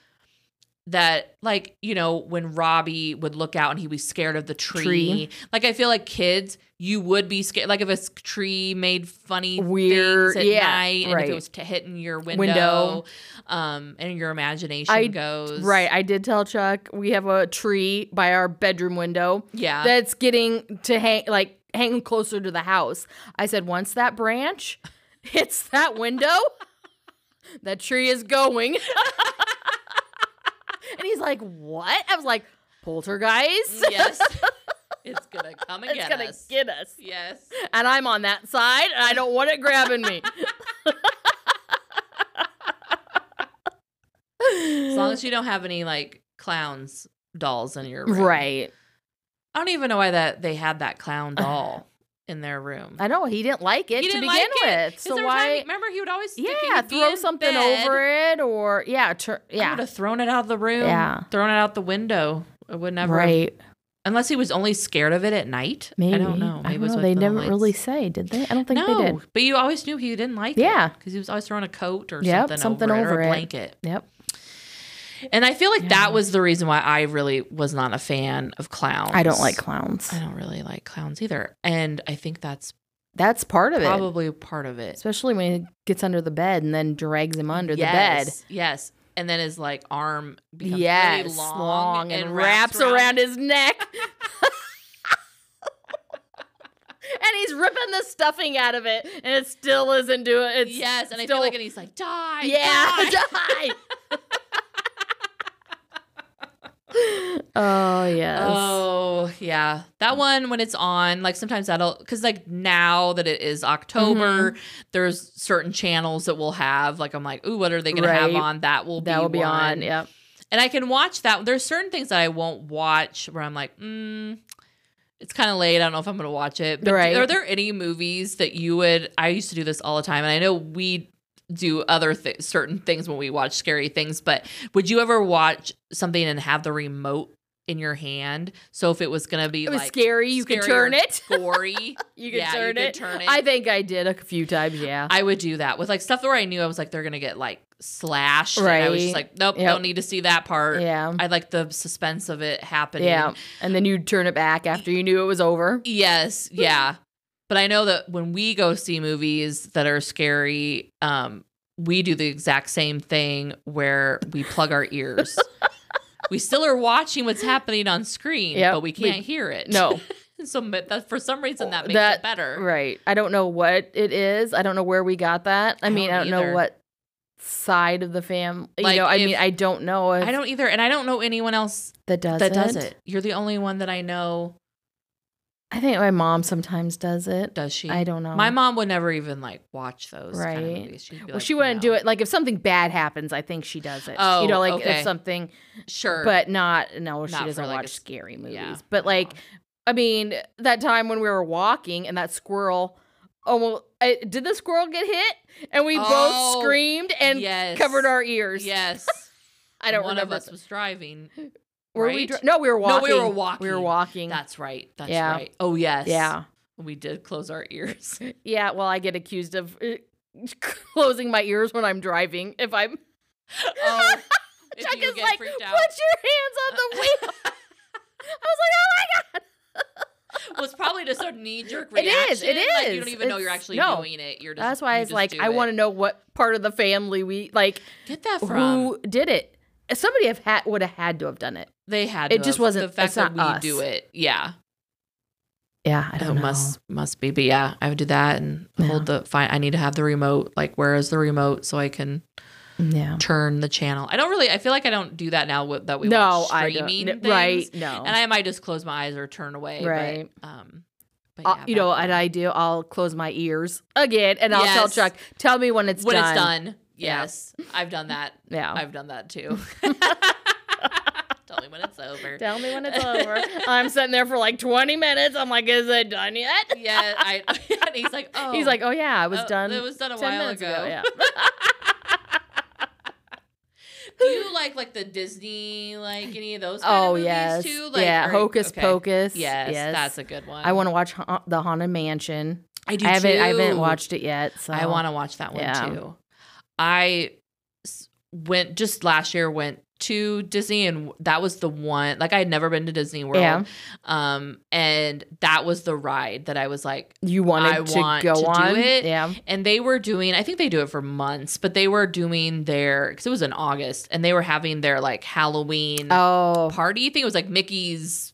Speaker 2: that like you know when robbie would look out and he was scared of the tree,
Speaker 1: Tree.
Speaker 2: like i feel like kids you would be scared like if a s- tree made funny
Speaker 1: Weird-
Speaker 2: things at
Speaker 1: yeah,
Speaker 2: night and if
Speaker 1: right.
Speaker 2: it was t- hitting your window,
Speaker 1: Window.
Speaker 2: um and your imagination
Speaker 1: I-
Speaker 2: goes
Speaker 1: Right. I did tell Chuck we have a tree by our bedroom window
Speaker 2: yeah
Speaker 1: that's getting to hang like hang closer to the house. I said once that branch hits that window, that tree is going. and he's like, "What?" I was like, "Poltergeist."
Speaker 2: yes it's gonna come and
Speaker 1: It's
Speaker 2: Mm, get
Speaker 1: gonna
Speaker 2: us
Speaker 1: get us.
Speaker 2: yes
Speaker 1: And I'm on that side and I don't want it grabbing me.
Speaker 2: as long as you don't have any like clowns dolls in your room.
Speaker 1: Right.
Speaker 2: i don't even know why that they had that clown doll in their room
Speaker 1: I know he didn't like it
Speaker 2: He
Speaker 1: to
Speaker 2: didn't
Speaker 1: begin
Speaker 2: like it.
Speaker 1: with.
Speaker 2: 'Cause
Speaker 1: So
Speaker 2: every time he-
Speaker 1: why?
Speaker 2: remember, he would always stick it-
Speaker 1: Yeah,
Speaker 2: he'd be
Speaker 1: throw
Speaker 2: in
Speaker 1: something
Speaker 2: bed.
Speaker 1: over it or yeah, tur-
Speaker 2: I would
Speaker 1: yeah,
Speaker 2: have thrown it out of the room.
Speaker 1: Yeah.
Speaker 2: thrown it out the window. I would never. have-
Speaker 1: right.
Speaker 2: Unless he was only scared of it at night.
Speaker 1: Maybe
Speaker 2: I don't know. Maybe it was with
Speaker 1: They
Speaker 2: the
Speaker 1: never
Speaker 2: lights.
Speaker 1: really say, did they? I don't think
Speaker 2: no,
Speaker 1: they did.
Speaker 2: but you always knew he didn't like it.
Speaker 1: Yeah.
Speaker 2: because he was always throwing a coat or
Speaker 1: Yep,
Speaker 2: something,
Speaker 1: something
Speaker 2: over,
Speaker 1: over
Speaker 2: it, or
Speaker 1: it.
Speaker 2: a blanket.
Speaker 1: Yep.
Speaker 2: And I feel like
Speaker 1: Yeah.
Speaker 2: that was the reason why I really was not a fan of clowns.
Speaker 1: I don't like clowns.
Speaker 2: I don't really like clowns either, and I think that's
Speaker 1: That's part of it.
Speaker 2: probably part of it.
Speaker 1: Especially when he gets under the bed and then drags him under the bed.
Speaker 2: Yes, Yes. And then his like arm becomes really
Speaker 1: Yes,
Speaker 2: long,
Speaker 1: and, wraps, around his neck. and he's ripping the stuffing out of it, and it still isn't doing it.
Speaker 2: yes, and I
Speaker 1: still-
Speaker 2: feel like and he's like, die.
Speaker 1: yeah,
Speaker 2: die."
Speaker 1: die. oh yes.
Speaker 2: Oh yeah, that one when it's on, like sometimes that'll because like now that it is October,
Speaker 1: Mm-hmm.
Speaker 2: there's certain channels that we'll have. Like I'm like, ooh, what are they gonna have
Speaker 1: Right.
Speaker 2: on? That will
Speaker 1: that
Speaker 2: be
Speaker 1: will be on.
Speaker 2: one.
Speaker 1: Yep.
Speaker 2: and I can watch that. There's certain things that I won't watch where I'm like, mm, it's kind of late. I don't know if I'm going to watch it. But
Speaker 1: Right.
Speaker 2: are there any movies that you would? I used to do this all the time, and I know we do other th- certain things when we watch scary things. But would you ever watch something and have the remote in your hand? So if it was going to be
Speaker 1: It was
Speaker 2: like
Speaker 1: scary. You could
Speaker 2: scary
Speaker 1: turn
Speaker 2: or
Speaker 1: it.
Speaker 2: gory,
Speaker 1: You could
Speaker 2: yeah,
Speaker 1: turn
Speaker 2: you
Speaker 1: it.
Speaker 2: Could turn it.
Speaker 1: I think I did a few times. Yeah.
Speaker 2: I would do that with like stuff where I knew I was like they're gonna get like slashed. and I was just
Speaker 1: Right.
Speaker 2: like, nope,
Speaker 1: Yep.
Speaker 2: don't need to see that part.
Speaker 1: yeah.
Speaker 2: I like the suspense of it happening.
Speaker 1: Yeah. And then you'd turn it back after you knew it was over.
Speaker 2: Yes.
Speaker 1: Hmm.
Speaker 2: Yeah. but I know that when we go see movies that are scary, um, we do the exact same thing where we plug our ears. we still are watching what's happening on screen,
Speaker 1: Yep,
Speaker 2: but we
Speaker 1: we-
Speaker 2: can't hear it.
Speaker 1: No.
Speaker 2: so but that, for some reason that makes
Speaker 1: That-
Speaker 2: it better.
Speaker 1: Right. I don't know what it is. I don't know where we got that. I,
Speaker 2: I
Speaker 1: mean,
Speaker 2: don't
Speaker 1: I don't know
Speaker 2: either.
Speaker 1: what side of the family.
Speaker 2: Like,
Speaker 1: you know, I
Speaker 2: if-
Speaker 1: mean, I don't know if
Speaker 2: I don't either, and I don't know anyone else
Speaker 1: that does
Speaker 2: that
Speaker 1: it.
Speaker 2: does it. You're the only one that I know
Speaker 1: I think my mom sometimes does it.
Speaker 2: does she.
Speaker 1: I don't know.
Speaker 2: My mom would never even like watch those kind of
Speaker 1: Right.
Speaker 2: movies. She'd be
Speaker 1: Well,
Speaker 2: like,
Speaker 1: she wouldn't
Speaker 2: "No."
Speaker 1: do it. Like if something bad happens, I think she does it.
Speaker 2: Oh,
Speaker 1: you know, like
Speaker 2: okay.
Speaker 1: if something,
Speaker 2: Sure,
Speaker 1: but not. No, she
Speaker 2: Not for,
Speaker 1: doesn't
Speaker 2: like, a
Speaker 1: watch
Speaker 2: s-
Speaker 1: scary movies.
Speaker 2: yeah,
Speaker 1: But
Speaker 2: no.
Speaker 1: like, I mean, that time when we were walking and that squirrel. almost I, did the squirrel get hit? And we
Speaker 2: Oh,
Speaker 1: both screamed and
Speaker 2: yes.
Speaker 1: covered our ears.
Speaker 2: Yes.
Speaker 1: I don't
Speaker 2: One
Speaker 1: remember.
Speaker 2: of us was driving.
Speaker 1: Were we?
Speaker 2: right?
Speaker 1: Dri- no, we were
Speaker 2: No,
Speaker 1: walking.
Speaker 2: we were
Speaker 1: We were
Speaker 2: walking.
Speaker 1: walking.
Speaker 2: That's right. That's
Speaker 1: Yeah.
Speaker 2: right. Oh yes.
Speaker 1: yeah,
Speaker 2: We did close our ears.
Speaker 1: yeah. Well, I get accused of uh, closing my ears when I'm driving. If I'm
Speaker 2: Oh. if
Speaker 1: Chuck
Speaker 2: you
Speaker 1: is
Speaker 2: get
Speaker 1: like, put
Speaker 2: freaked
Speaker 1: your
Speaker 2: out.
Speaker 1: hands on the wheel. I was like, oh my god.
Speaker 2: Well, it's probably just a knee jerk
Speaker 1: It
Speaker 2: reaction.
Speaker 1: is, it
Speaker 2: Like, you
Speaker 1: is.
Speaker 2: don't even know you're
Speaker 1: It's-
Speaker 2: actually
Speaker 1: no.
Speaker 2: doing it. You're just.
Speaker 1: That's why
Speaker 2: you
Speaker 1: it's
Speaker 2: just
Speaker 1: like
Speaker 2: do
Speaker 1: I
Speaker 2: it.
Speaker 1: want to know what part of the family we like
Speaker 2: get that from.
Speaker 1: who did it. Somebody have had would have had to have done it.
Speaker 2: they had.
Speaker 1: it
Speaker 2: to
Speaker 1: just
Speaker 2: have-
Speaker 1: wasn't-
Speaker 2: the fact
Speaker 1: it's
Speaker 2: that
Speaker 1: not
Speaker 2: we
Speaker 1: us.
Speaker 2: do it. Yeah.
Speaker 1: Yeah, I
Speaker 2: It must must be. But yeah, I would do that and
Speaker 1: Yeah.
Speaker 2: hold the. Fine. I need to have the remote. Like, where is the remote so I can
Speaker 1: Yeah.
Speaker 2: turn the channel. I don't really. I feel like I don't do that now. With, that we
Speaker 1: no,
Speaker 2: watch
Speaker 1: I
Speaker 2: streaming
Speaker 1: don't.
Speaker 2: things.
Speaker 1: Right. No.
Speaker 2: And I might just close my eyes or turn away.
Speaker 1: Right.
Speaker 2: But, um, but
Speaker 1: I'll-
Speaker 2: yeah,
Speaker 1: Uh, you know,
Speaker 2: back
Speaker 1: and
Speaker 2: then.
Speaker 1: I do. I'll close my ears again, and I'll tell
Speaker 2: Yes.
Speaker 1: Chuck. Tell me when it's
Speaker 2: when
Speaker 1: done.
Speaker 2: it's done,
Speaker 1: Yeah. Oh.
Speaker 2: yes, I've done that.
Speaker 1: Yeah.
Speaker 2: I've done that too. Tell me when it's over.
Speaker 1: Tell me when it's over. I'm sitting there for like 20 minutes. I'm like, is it done yet?
Speaker 2: yeah, I, and he's like, oh,
Speaker 1: He's like, oh yeah, I was
Speaker 2: oh,
Speaker 1: done.
Speaker 2: It was done a
Speaker 1: 10
Speaker 2: while
Speaker 1: minutes
Speaker 2: ago.
Speaker 1: ago. Yeah.
Speaker 2: Do you like like the Disney like any of those? Kind
Speaker 1: oh
Speaker 2: of movies
Speaker 1: yes.
Speaker 2: too? Like,
Speaker 1: yeah.
Speaker 2: or-
Speaker 1: Hocus
Speaker 2: okay.
Speaker 1: Pocus.
Speaker 2: Yes, that's a good one.
Speaker 1: I want to watch ha- the Haunted Mansion.
Speaker 2: I do.
Speaker 1: I haven't. I
Speaker 2: too.
Speaker 1: haven't watched it yet. So
Speaker 2: I want to watch that one
Speaker 1: Yeah.
Speaker 2: too. I s- went just last year went to Disney and that was the one like I had never been to Disney World.
Speaker 1: Yeah.
Speaker 2: Um and that was the ride that I was like
Speaker 1: You wanted
Speaker 2: I
Speaker 1: to
Speaker 2: want
Speaker 1: go
Speaker 2: to do
Speaker 1: on
Speaker 2: it.
Speaker 1: Yeah.
Speaker 2: and they were doing I think they do it for months, but they were doing their cuz it was in August and they were having their like Halloween
Speaker 1: Oh,
Speaker 2: party thing. It was like Mickey's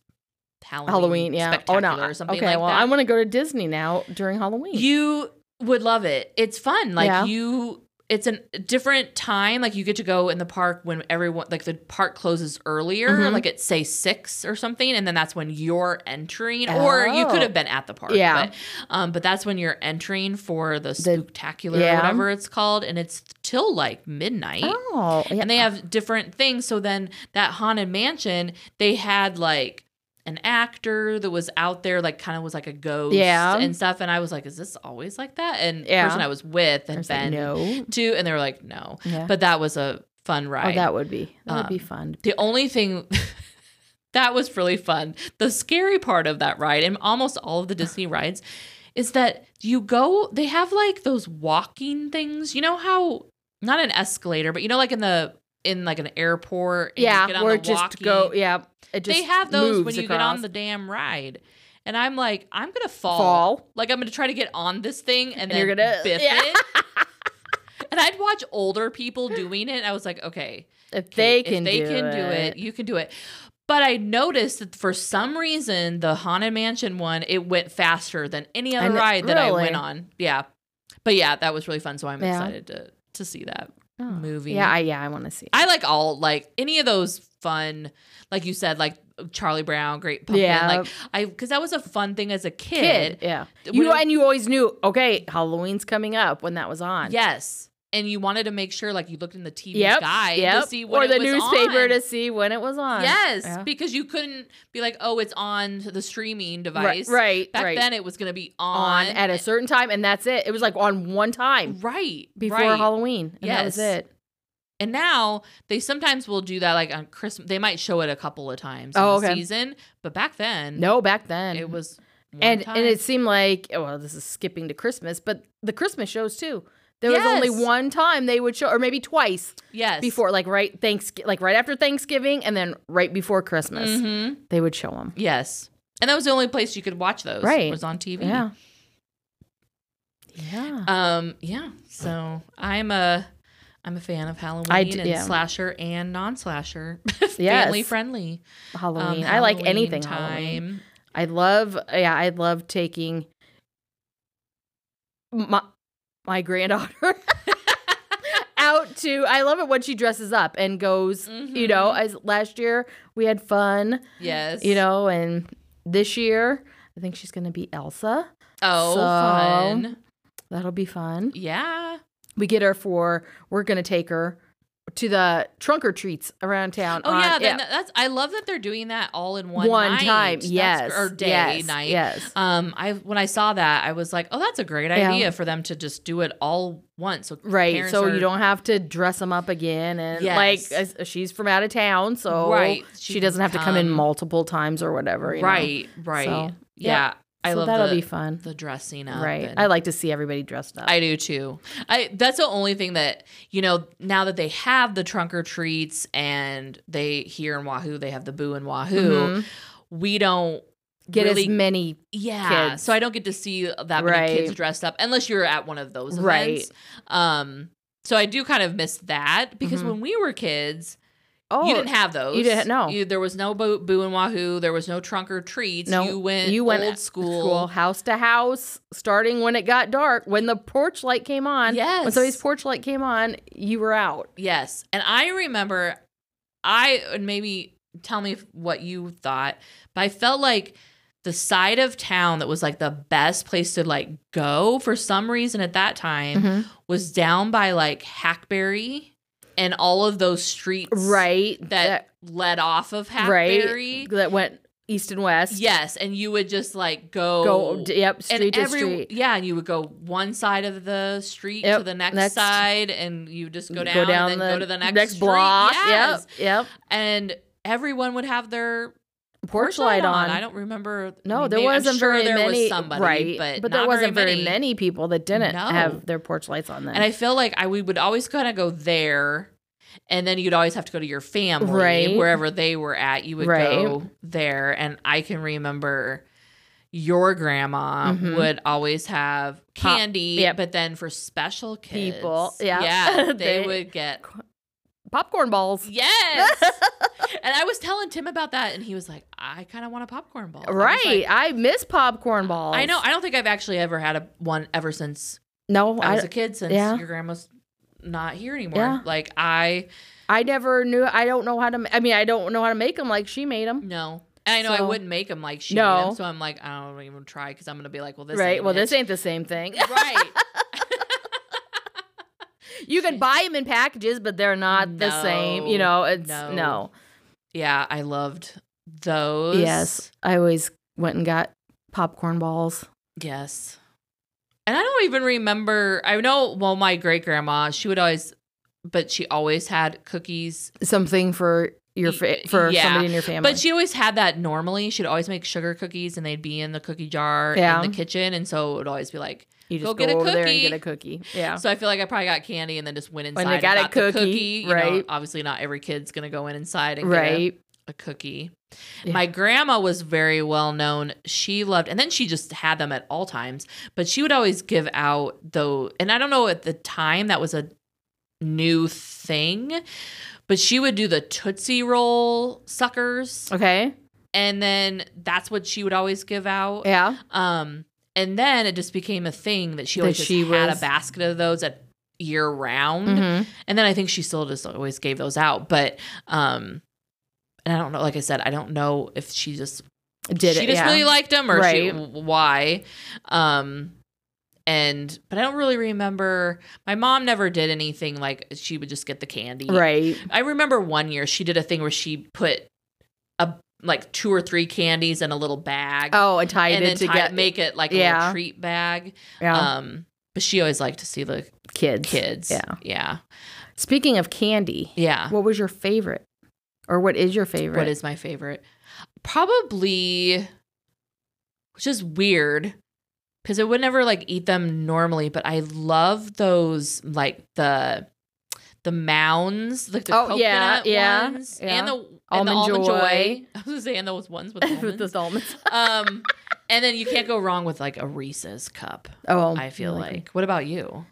Speaker 2: Halloween,
Speaker 1: Halloween. Yeah. Oh no.
Speaker 2: Spectacular or something
Speaker 1: okay.
Speaker 2: like
Speaker 1: well,
Speaker 2: that.
Speaker 1: I want to go to Disney now during Halloween.
Speaker 2: You would love it. It's fun. Like
Speaker 1: Yeah.
Speaker 2: you it's a different time. Like you get to go in the park when everyone like the park closes earlier,
Speaker 1: Mhm.
Speaker 2: like it's say six or something, and then that's when you're entering. Or you
Speaker 1: Oh.
Speaker 2: could have been at the park.
Speaker 1: Yeah.
Speaker 2: But, um, but that's when you're entering for the spectacular
Speaker 1: yeah.
Speaker 2: or whatever it's called, and it's till like midnight.
Speaker 1: oh, yeah.
Speaker 2: And they have different things. So then that haunted mansion, they had like an actor that was out there, like kind of was like a ghost
Speaker 1: Yeah.
Speaker 2: and stuff. And I was like, is this always like that? And
Speaker 1: Yeah.
Speaker 2: the person I was with
Speaker 1: I
Speaker 2: had
Speaker 1: was like,
Speaker 2: been
Speaker 1: no.
Speaker 2: too. And they were like, no.
Speaker 1: Yeah.
Speaker 2: But that was a fun ride.
Speaker 1: oh, that would be that would be
Speaker 2: Um,
Speaker 1: fun.
Speaker 2: the only thing that was really fun, the scary part of that ride and almost all of the Disney rides is that you go, they have like those walking things. You know how, not an escalator, but you know, like in the, in like an airport, and you
Speaker 1: Yeah.
Speaker 2: get on
Speaker 1: Or
Speaker 2: the
Speaker 1: just go.
Speaker 2: walkie.
Speaker 1: Yeah. It just
Speaker 2: they have those when
Speaker 1: moves
Speaker 2: you get on
Speaker 1: across.
Speaker 2: the damn ride, and I'm like, I'm gonna fall.
Speaker 1: fall.
Speaker 2: Like I'm gonna try to get on this thing, and,
Speaker 1: And
Speaker 2: then
Speaker 1: you're gonna-
Speaker 2: biff
Speaker 1: yeah.
Speaker 2: it. and I'd watch older people doing it. And I was like, okay,
Speaker 1: If
Speaker 2: okay,
Speaker 1: they can,
Speaker 2: if they
Speaker 1: do
Speaker 2: can do it, you can do it. But I noticed that for some reason the Haunted Mansion one it went faster than any other
Speaker 1: kn-
Speaker 2: ride that I
Speaker 1: really?
Speaker 2: went on. Yeah, but yeah, that was really fun. So I'm
Speaker 1: Yeah.
Speaker 2: excited to to see that.
Speaker 1: Oh.
Speaker 2: movie.
Speaker 1: Yeah. I, yeah. I want to see. it.
Speaker 2: I like all like any of those fun, like you said, like Charlie Brown, Great Pumpkin.
Speaker 1: Yeah.
Speaker 2: Like I because that was a fun thing as a kid.
Speaker 1: Kid. Yeah.
Speaker 2: When
Speaker 1: You
Speaker 2: it-
Speaker 1: and you always knew. Okay, Halloween's coming up when that was on.
Speaker 2: yes. And you wanted to make sure, like, you looked in the TV
Speaker 1: Yep.
Speaker 2: guide
Speaker 1: yep.
Speaker 2: to see what
Speaker 1: or
Speaker 2: it
Speaker 1: the
Speaker 2: was
Speaker 1: newspaper
Speaker 2: on.
Speaker 1: to see when it was on.
Speaker 2: Yes,
Speaker 1: Yeah.
Speaker 2: because you couldn't be like, oh, it's on the streaming
Speaker 1: Right.
Speaker 2: device.
Speaker 1: Right.
Speaker 2: Back
Speaker 1: right.
Speaker 2: then, it was going to be
Speaker 1: on
Speaker 2: on,
Speaker 1: at a certain time, and that's it. It was like on one time
Speaker 2: right
Speaker 1: before
Speaker 2: right.
Speaker 1: Halloween. And That was
Speaker 2: Yes.
Speaker 1: it.
Speaker 2: And now they sometimes will do that, like on Christmas. They might show it a couple of times
Speaker 1: Oh,
Speaker 2: in the
Speaker 1: okay.
Speaker 2: season, but back then,
Speaker 1: No, back then
Speaker 2: it was one
Speaker 1: and
Speaker 2: time.
Speaker 1: and it seemed like oh, well, this is skipping to Christmas, but the Christmas shows too. There was only
Speaker 2: Yes.
Speaker 1: one time they would show, or maybe twice
Speaker 2: yes
Speaker 1: before, like right thanks, like right after Thanksgiving, and then right before Christmas,
Speaker 2: Mhm.
Speaker 1: they would show them.
Speaker 2: Yes, and that was the only place you could watch those.
Speaker 1: Right.
Speaker 2: was on TV.
Speaker 1: Yeah, yeah.
Speaker 2: Um. Yeah. So I'm a. I'm a fan of Halloween
Speaker 1: d-
Speaker 2: and
Speaker 1: yeah.
Speaker 2: slasher and non-slasher,
Speaker 1: Yes.
Speaker 2: family friendly. um,
Speaker 1: Halloween. I like
Speaker 2: Halloween
Speaker 1: anything Halloween. I love, yeah, I love taking my my granddaughter out to. I love it when she dresses up and goes. You know,
Speaker 2: Mhm.
Speaker 1: as last year we had fun.
Speaker 2: Yes.
Speaker 1: You know, and this year I think she's gonna be Elsa.
Speaker 2: Oh,
Speaker 1: So-
Speaker 2: fun.
Speaker 1: That'll be fun.
Speaker 2: Yeah.
Speaker 1: We get her for. We're gonna take her to the trunk or treats around town.
Speaker 2: Oh
Speaker 1: on-
Speaker 2: yeah, then that- that's I love that they're doing that all in one night.
Speaker 1: time.
Speaker 2: That's-
Speaker 1: Yes,
Speaker 2: or day
Speaker 1: yes,
Speaker 2: night.
Speaker 1: Yes.
Speaker 2: Um I when I saw that, I was like, "Oh, that's a great
Speaker 1: Yeah.
Speaker 2: idea for them to just do it all once." So
Speaker 1: Right.
Speaker 2: parents
Speaker 1: So
Speaker 2: are-
Speaker 1: you don't have to dress them up again. And like,
Speaker 2: Yes.
Speaker 1: as- uh, she's from out of town. So
Speaker 2: Right.
Speaker 1: she,
Speaker 2: She
Speaker 1: doesn't
Speaker 2: can
Speaker 1: have to come in
Speaker 2: come.
Speaker 1: multiple times or whatever. you know?
Speaker 2: Right, right.
Speaker 1: So, yeah.
Speaker 2: yeah. I
Speaker 1: so
Speaker 2: love
Speaker 1: that'll
Speaker 2: the,
Speaker 1: be fun.
Speaker 2: the dressing up.
Speaker 1: Right.
Speaker 2: and-
Speaker 1: I like to see everybody dressed up.
Speaker 2: I do too. I that's the only thing that you know now that they have the trunk or treats and they here in Wahoo they have the boo and Wahoo.
Speaker 1: Mhm.
Speaker 2: We don't
Speaker 1: Get
Speaker 2: really
Speaker 1: as many.
Speaker 2: yeah
Speaker 1: kids.
Speaker 2: so i don't get to see that many kids
Speaker 1: Right.
Speaker 2: dressed up unless you're at one of those
Speaker 1: Right.
Speaker 2: events um so i do kind of miss that because
Speaker 1: Mhm.
Speaker 2: when we were kids
Speaker 1: Oh,
Speaker 2: you didn't have those
Speaker 1: didn't- no.
Speaker 2: you, there was no boo, boo and wahoo there was no trunk or treats
Speaker 1: No,
Speaker 2: you went
Speaker 1: you went
Speaker 2: old school,
Speaker 1: school house to house, starting when it got dark. When the porch light came on, when
Speaker 2: Yes.
Speaker 1: somebody's porch light came on, you were out.
Speaker 2: yes and i remember i and maybe tell me if- what you thought but i felt like the side of town that was like the best place to like go for some reason at that time
Speaker 1: Mm-hmm.
Speaker 2: was down by like Hackberry and all of those streets
Speaker 1: Right.
Speaker 2: that, led off of
Speaker 1: that- right.
Speaker 2: Hackberry.
Speaker 1: That went east and west.
Speaker 2: Yes, and you would just like go
Speaker 1: Go. d- Yep. Street
Speaker 2: and
Speaker 1: to
Speaker 2: every
Speaker 1: street.
Speaker 2: yeah, and you would go one side of the street
Speaker 1: Yep,
Speaker 2: to the next,
Speaker 1: next-
Speaker 2: side, and you just go down, and then go to the next, street.
Speaker 1: block.
Speaker 2: Yes.
Speaker 1: Yep, yep.
Speaker 2: and everyone would have their
Speaker 1: Porch light on.
Speaker 2: I don't remember. I
Speaker 1: No,
Speaker 2: mean,
Speaker 1: there
Speaker 2: maybe- I'm
Speaker 1: wasn't
Speaker 2: sure
Speaker 1: very
Speaker 2: there
Speaker 1: many.
Speaker 2: Was somebody,
Speaker 1: right,
Speaker 2: but,
Speaker 1: there
Speaker 2: not
Speaker 1: wasn't very many, people that didn't
Speaker 2: No.
Speaker 1: have their porch lights on. Then
Speaker 2: And I feel like I we would always kind of go there. and then you'd always have to go to your family
Speaker 1: Right.
Speaker 2: wherever they were at you would
Speaker 1: Right.
Speaker 2: go there and i can remember your grandma
Speaker 1: Mhm.
Speaker 2: would always have
Speaker 1: Pop-
Speaker 2: candy
Speaker 1: yep.
Speaker 2: but then for special kids
Speaker 1: People, yeah.
Speaker 2: yeah
Speaker 1: They-
Speaker 2: they would get
Speaker 1: popcorn balls.
Speaker 2: yes and i was telling tim about that and he was like i kind of want a popcorn ball I was like,
Speaker 1: Right. I miss popcorn balls.
Speaker 2: I know. I don't think I've actually ever had a one ever since
Speaker 1: No,
Speaker 2: I
Speaker 1: I,
Speaker 2: was a kid. Since
Speaker 1: yeah.
Speaker 2: your grandma's not here anymore,
Speaker 1: Yeah.
Speaker 2: like I
Speaker 1: I never knew. I don't know how to. ma- I mean, I don't know how to make them like she made them.
Speaker 2: no, and I know
Speaker 1: So-
Speaker 2: I wouldn't make them like she.
Speaker 1: No.
Speaker 2: No. so I'm like I don't even try because I'm gonna be like, well, this
Speaker 1: right.
Speaker 2: Ain't
Speaker 1: Well,
Speaker 2: it.
Speaker 1: this ain't the same thing.
Speaker 2: right.
Speaker 1: You can buy them in packages, but they're not the same. You
Speaker 2: No,
Speaker 1: know, it's
Speaker 2: no.
Speaker 1: no.
Speaker 2: Yeah, I loved those.
Speaker 1: Yes, I always went and got popcorn balls.
Speaker 2: Yes. And I don't even remember. I know. Well, my great grandma, she would always, but she always had cookies
Speaker 1: Something for your
Speaker 2: Y-
Speaker 1: fa- for
Speaker 2: yeah,
Speaker 1: somebody in your family.
Speaker 2: But she always had that normally. She'd always make sugar cookies and they'd be in the cookie jar
Speaker 1: Yeah.
Speaker 2: in the kitchen. And so it would always be like,
Speaker 1: you just
Speaker 2: go
Speaker 1: go,
Speaker 2: get a
Speaker 1: over there and
Speaker 2: cookie.
Speaker 1: get a cookie. Yeah.
Speaker 2: so I feel like I probably got candy and then just went
Speaker 1: they
Speaker 2: inside.
Speaker 1: got a
Speaker 2: and the
Speaker 1: cookie,
Speaker 2: you know,
Speaker 1: right.
Speaker 2: obviously, not every kid's going to go in inside and get a-
Speaker 1: right.
Speaker 2: a, cookie.
Speaker 1: Yeah.
Speaker 2: My grandma was very well known. She loved, and then she just had them at all times, but she would always give out, though, and I don't know at the time that was a new thing, but she would do the Tootsie Roll suckers
Speaker 1: Okay.
Speaker 2: and then that's what she would always give out.
Speaker 1: Yeah.
Speaker 2: Um, and then it just became a thing that she
Speaker 1: That
Speaker 2: always just
Speaker 1: she
Speaker 2: had
Speaker 1: was-
Speaker 2: a basket of those at year round.
Speaker 1: Mhm.
Speaker 2: And then I think she still just always gave those out, but um, and I don't know. Like I said, I don't know if she just
Speaker 1: Did
Speaker 2: she
Speaker 1: it?
Speaker 2: just
Speaker 1: yeah.
Speaker 2: really liked them or she,
Speaker 1: Right.
Speaker 2: why. Um, and but I don't really remember. My mom never did anything like she would just get the candy,
Speaker 1: right.
Speaker 2: I remember one year she did a thing where she put a like two or three candies in a little bag
Speaker 1: Oh, I tied
Speaker 2: and
Speaker 1: it
Speaker 2: then
Speaker 1: to
Speaker 2: tie-
Speaker 1: get
Speaker 2: make it like a
Speaker 1: Yeah.
Speaker 2: little treat bag.
Speaker 1: yeah.
Speaker 2: Um but she always liked to see the
Speaker 1: kids.
Speaker 2: kids.
Speaker 1: Yeah.
Speaker 2: Yeah.
Speaker 1: Speaking of candy,
Speaker 2: Yeah.
Speaker 1: what was your favorite, or what is your favorite?
Speaker 2: What is my favorite? Probably which is weird because I would never like eat them normally, but I love those like the the mounds, like the
Speaker 1: Oh,
Speaker 2: coconut
Speaker 1: yeah, yeah,
Speaker 2: ones,
Speaker 1: yeah.
Speaker 2: and the and
Speaker 1: Almond
Speaker 2: the almond joy.
Speaker 1: Joy.
Speaker 2: I was gonna say and those ones with
Speaker 1: with
Speaker 2: almonds.
Speaker 1: the almonds?
Speaker 2: um, and then you can't go wrong with like a Reese's cup.
Speaker 1: Oh,
Speaker 2: I feel
Speaker 1: you
Speaker 2: like. What about you?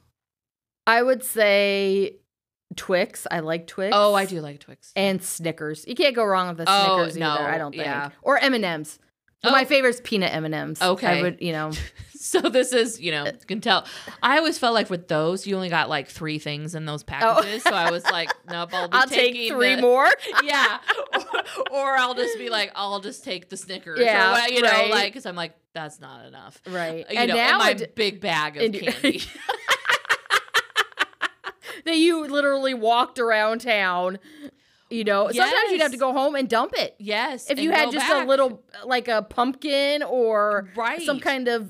Speaker 1: I would say Twix. I like Twix.
Speaker 2: Oh, I do like Twix.
Speaker 1: And Snickers. You can't go wrong with the
Speaker 2: Oh,
Speaker 1: Snickers
Speaker 2: no,
Speaker 1: either. I don't think.
Speaker 2: yeah.
Speaker 1: Or M and M's.
Speaker 2: Oh.
Speaker 1: My favorite is peanut M and M's.
Speaker 2: Okay.
Speaker 1: I would, you know.
Speaker 2: so this is, you know, you can tell. I always felt like with those, you only got like three things in those packages. So I was like, nope, I'll be
Speaker 1: Oh. I'll take
Speaker 2: taking
Speaker 1: three
Speaker 2: the-
Speaker 1: more.
Speaker 2: Yeah, or, or I'll just be like, I'll just take the Snickers.
Speaker 1: Yeah,
Speaker 2: or what, you know,
Speaker 1: right.
Speaker 2: like because I'm like, that's not enough.
Speaker 1: Right.
Speaker 2: You
Speaker 1: and
Speaker 2: know,
Speaker 1: now
Speaker 2: in my
Speaker 1: it-
Speaker 2: big bag of
Speaker 1: and you-
Speaker 2: candy.
Speaker 1: that you literally walked around town. You know, sometimes you'd have to
Speaker 2: Yes.
Speaker 1: go home and dump it.
Speaker 2: yes,
Speaker 1: If
Speaker 2: and
Speaker 1: you had
Speaker 2: go
Speaker 1: just
Speaker 2: back.
Speaker 1: a little, like a pumpkin or
Speaker 2: right,
Speaker 1: some kind of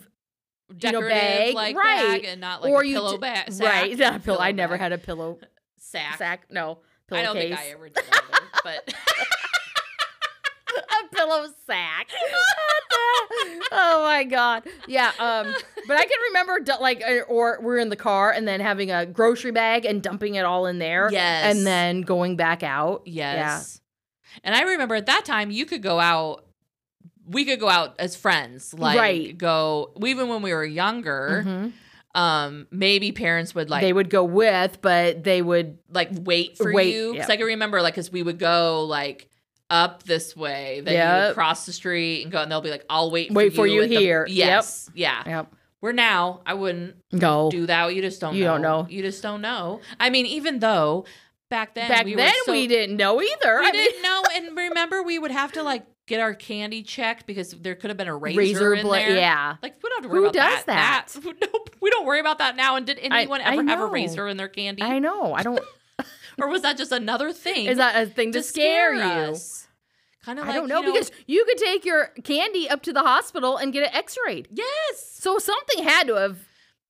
Speaker 1: you know,
Speaker 2: decorative
Speaker 1: bag,
Speaker 2: like
Speaker 1: right.
Speaker 2: bag and not like
Speaker 1: Or
Speaker 2: a
Speaker 1: you
Speaker 2: pillow
Speaker 1: d-
Speaker 2: bag.
Speaker 1: right. Not a pillow. I never
Speaker 2: bag.
Speaker 1: had a pillow
Speaker 2: sack.
Speaker 1: sack. No
Speaker 2: I
Speaker 1: pillowcase.
Speaker 2: don't think I ever did either, but
Speaker 1: a pillow sack. oh my god. Yeah. Um. But I can remember du- like, uh, or we're in the car and then having a grocery bag and dumping it all in there.
Speaker 2: Yes.
Speaker 1: And then going back out.
Speaker 2: yes. And I remember at that time you could go out we could go out as friends. Like
Speaker 1: Right.
Speaker 2: go even when we were younger,
Speaker 1: Mhm.
Speaker 2: um, maybe parents would Mm-hmm. like
Speaker 1: they would go with, but they would.
Speaker 2: like wait for
Speaker 1: Wait,
Speaker 2: you. Because
Speaker 1: yeah.
Speaker 2: I can remember like because we would go like up this way, then you
Speaker 1: Yep.
Speaker 2: would cross the street and go and they'll be like, I'll wait for
Speaker 1: Wait
Speaker 2: you.
Speaker 1: for you
Speaker 2: at the-
Speaker 1: here. Yep.
Speaker 2: Yes. Yeah.
Speaker 1: Yep.
Speaker 2: We're now, I wouldn't
Speaker 1: Go.
Speaker 2: do that. You just don't.
Speaker 1: You
Speaker 2: know.
Speaker 1: don't know.
Speaker 2: You just don't know. I mean, even though back then
Speaker 1: Back
Speaker 2: we
Speaker 1: then
Speaker 2: were so,
Speaker 1: we didn't know either.
Speaker 2: we
Speaker 1: I mean,
Speaker 2: didn't know, and remember we would have to like get our candy checked because there could have been a razor, in
Speaker 1: bla-
Speaker 2: there.
Speaker 1: Yeah.
Speaker 2: Like we don't have to worry
Speaker 1: Who
Speaker 2: about
Speaker 1: does
Speaker 2: that.
Speaker 1: that?
Speaker 2: nope, we don't worry about that now. And did anyone
Speaker 1: I
Speaker 2: ever have a
Speaker 1: know.
Speaker 2: razor in their candy,
Speaker 1: I know. I don't.
Speaker 2: or was that just another thing?
Speaker 1: Is that a thing to, scare, you?
Speaker 2: Kind of.
Speaker 1: I don't know, because you could take your candy up to the hospital and get it x-rayed.
Speaker 2: yes.
Speaker 1: So something had to have.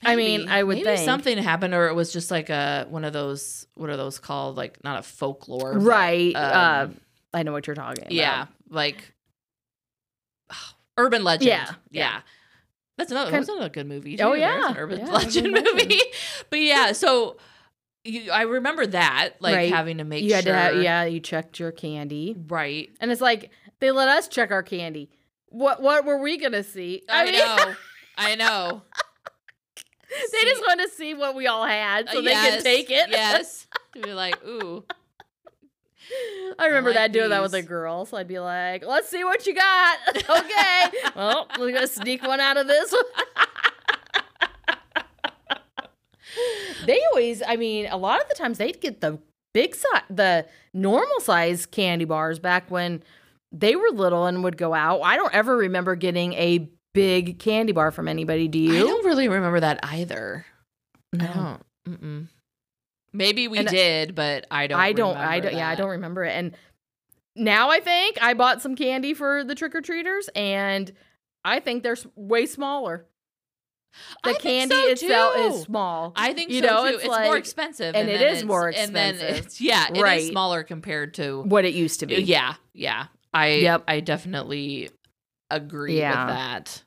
Speaker 1: I mean,
Speaker 2: Maybe.
Speaker 1: I would
Speaker 2: Maybe
Speaker 1: think.
Speaker 2: something happened, or it was just like a one of those. What are those called? Like not a folklore, but,
Speaker 1: Right.
Speaker 2: um,
Speaker 1: uh, I know what you're talking about.
Speaker 2: Yeah, like urban legend.
Speaker 1: Yeah,
Speaker 2: Yeah, That's another.
Speaker 1: Kind-
Speaker 2: that's another good movie.
Speaker 1: Oh,
Speaker 2: too. There's
Speaker 1: yeah.
Speaker 2: an urban
Speaker 1: Yeah,
Speaker 2: legend
Speaker 1: Urban Legend.
Speaker 2: movie. but yeah, so you, I remember that, like
Speaker 1: Right.
Speaker 2: having to make
Speaker 1: you had
Speaker 2: sure.
Speaker 1: to have, yeah, you checked your candy.
Speaker 2: Right.
Speaker 1: And it's like they let us check our candy. What what were we gonna see?
Speaker 2: I, know. I know.
Speaker 1: they just
Speaker 2: See?
Speaker 1: wanted to see what we all had so
Speaker 2: Yes,
Speaker 1: they can take it.
Speaker 2: yes. You're like, ooh.
Speaker 1: I remember
Speaker 2: like
Speaker 1: that doing that with a
Speaker 2: these.
Speaker 1: girl. So I'd be like, let's see what you got. okay. Well, we're going to sneak one out of this one. they always, I mean, a lot of the times they'd get the big size, the normal size candy bars back when they were little and would go out. I don't ever remember getting a big candy bar from anybody. Do
Speaker 2: I
Speaker 1: you?
Speaker 2: don't really remember that either.
Speaker 1: No.
Speaker 2: I don't. Mm-mm. Maybe we
Speaker 1: And- uh,
Speaker 2: did, but I don't.
Speaker 1: I don't. I
Speaker 2: remember
Speaker 1: don't. Yeah, I
Speaker 2: that.
Speaker 1: don't remember it. And now I think I bought some candy for the trick or treaters, and I think they're s- way smaller. The
Speaker 2: I think
Speaker 1: candy
Speaker 2: so,
Speaker 1: itself is
Speaker 2: too.
Speaker 1: small.
Speaker 2: I think
Speaker 1: you
Speaker 2: so
Speaker 1: know,
Speaker 2: too.
Speaker 1: it's
Speaker 2: It's, more
Speaker 1: like-
Speaker 2: expensive,
Speaker 1: and it
Speaker 2: then
Speaker 1: is more
Speaker 2: and then
Speaker 1: expensive.
Speaker 2: it's- yeah, it is
Speaker 1: Right.
Speaker 2: smaller compared to. uh,
Speaker 1: what it used to be.
Speaker 2: Yeah, yeah. I
Speaker 1: Yep.
Speaker 2: I definitely agree
Speaker 1: Yeah.
Speaker 2: with that.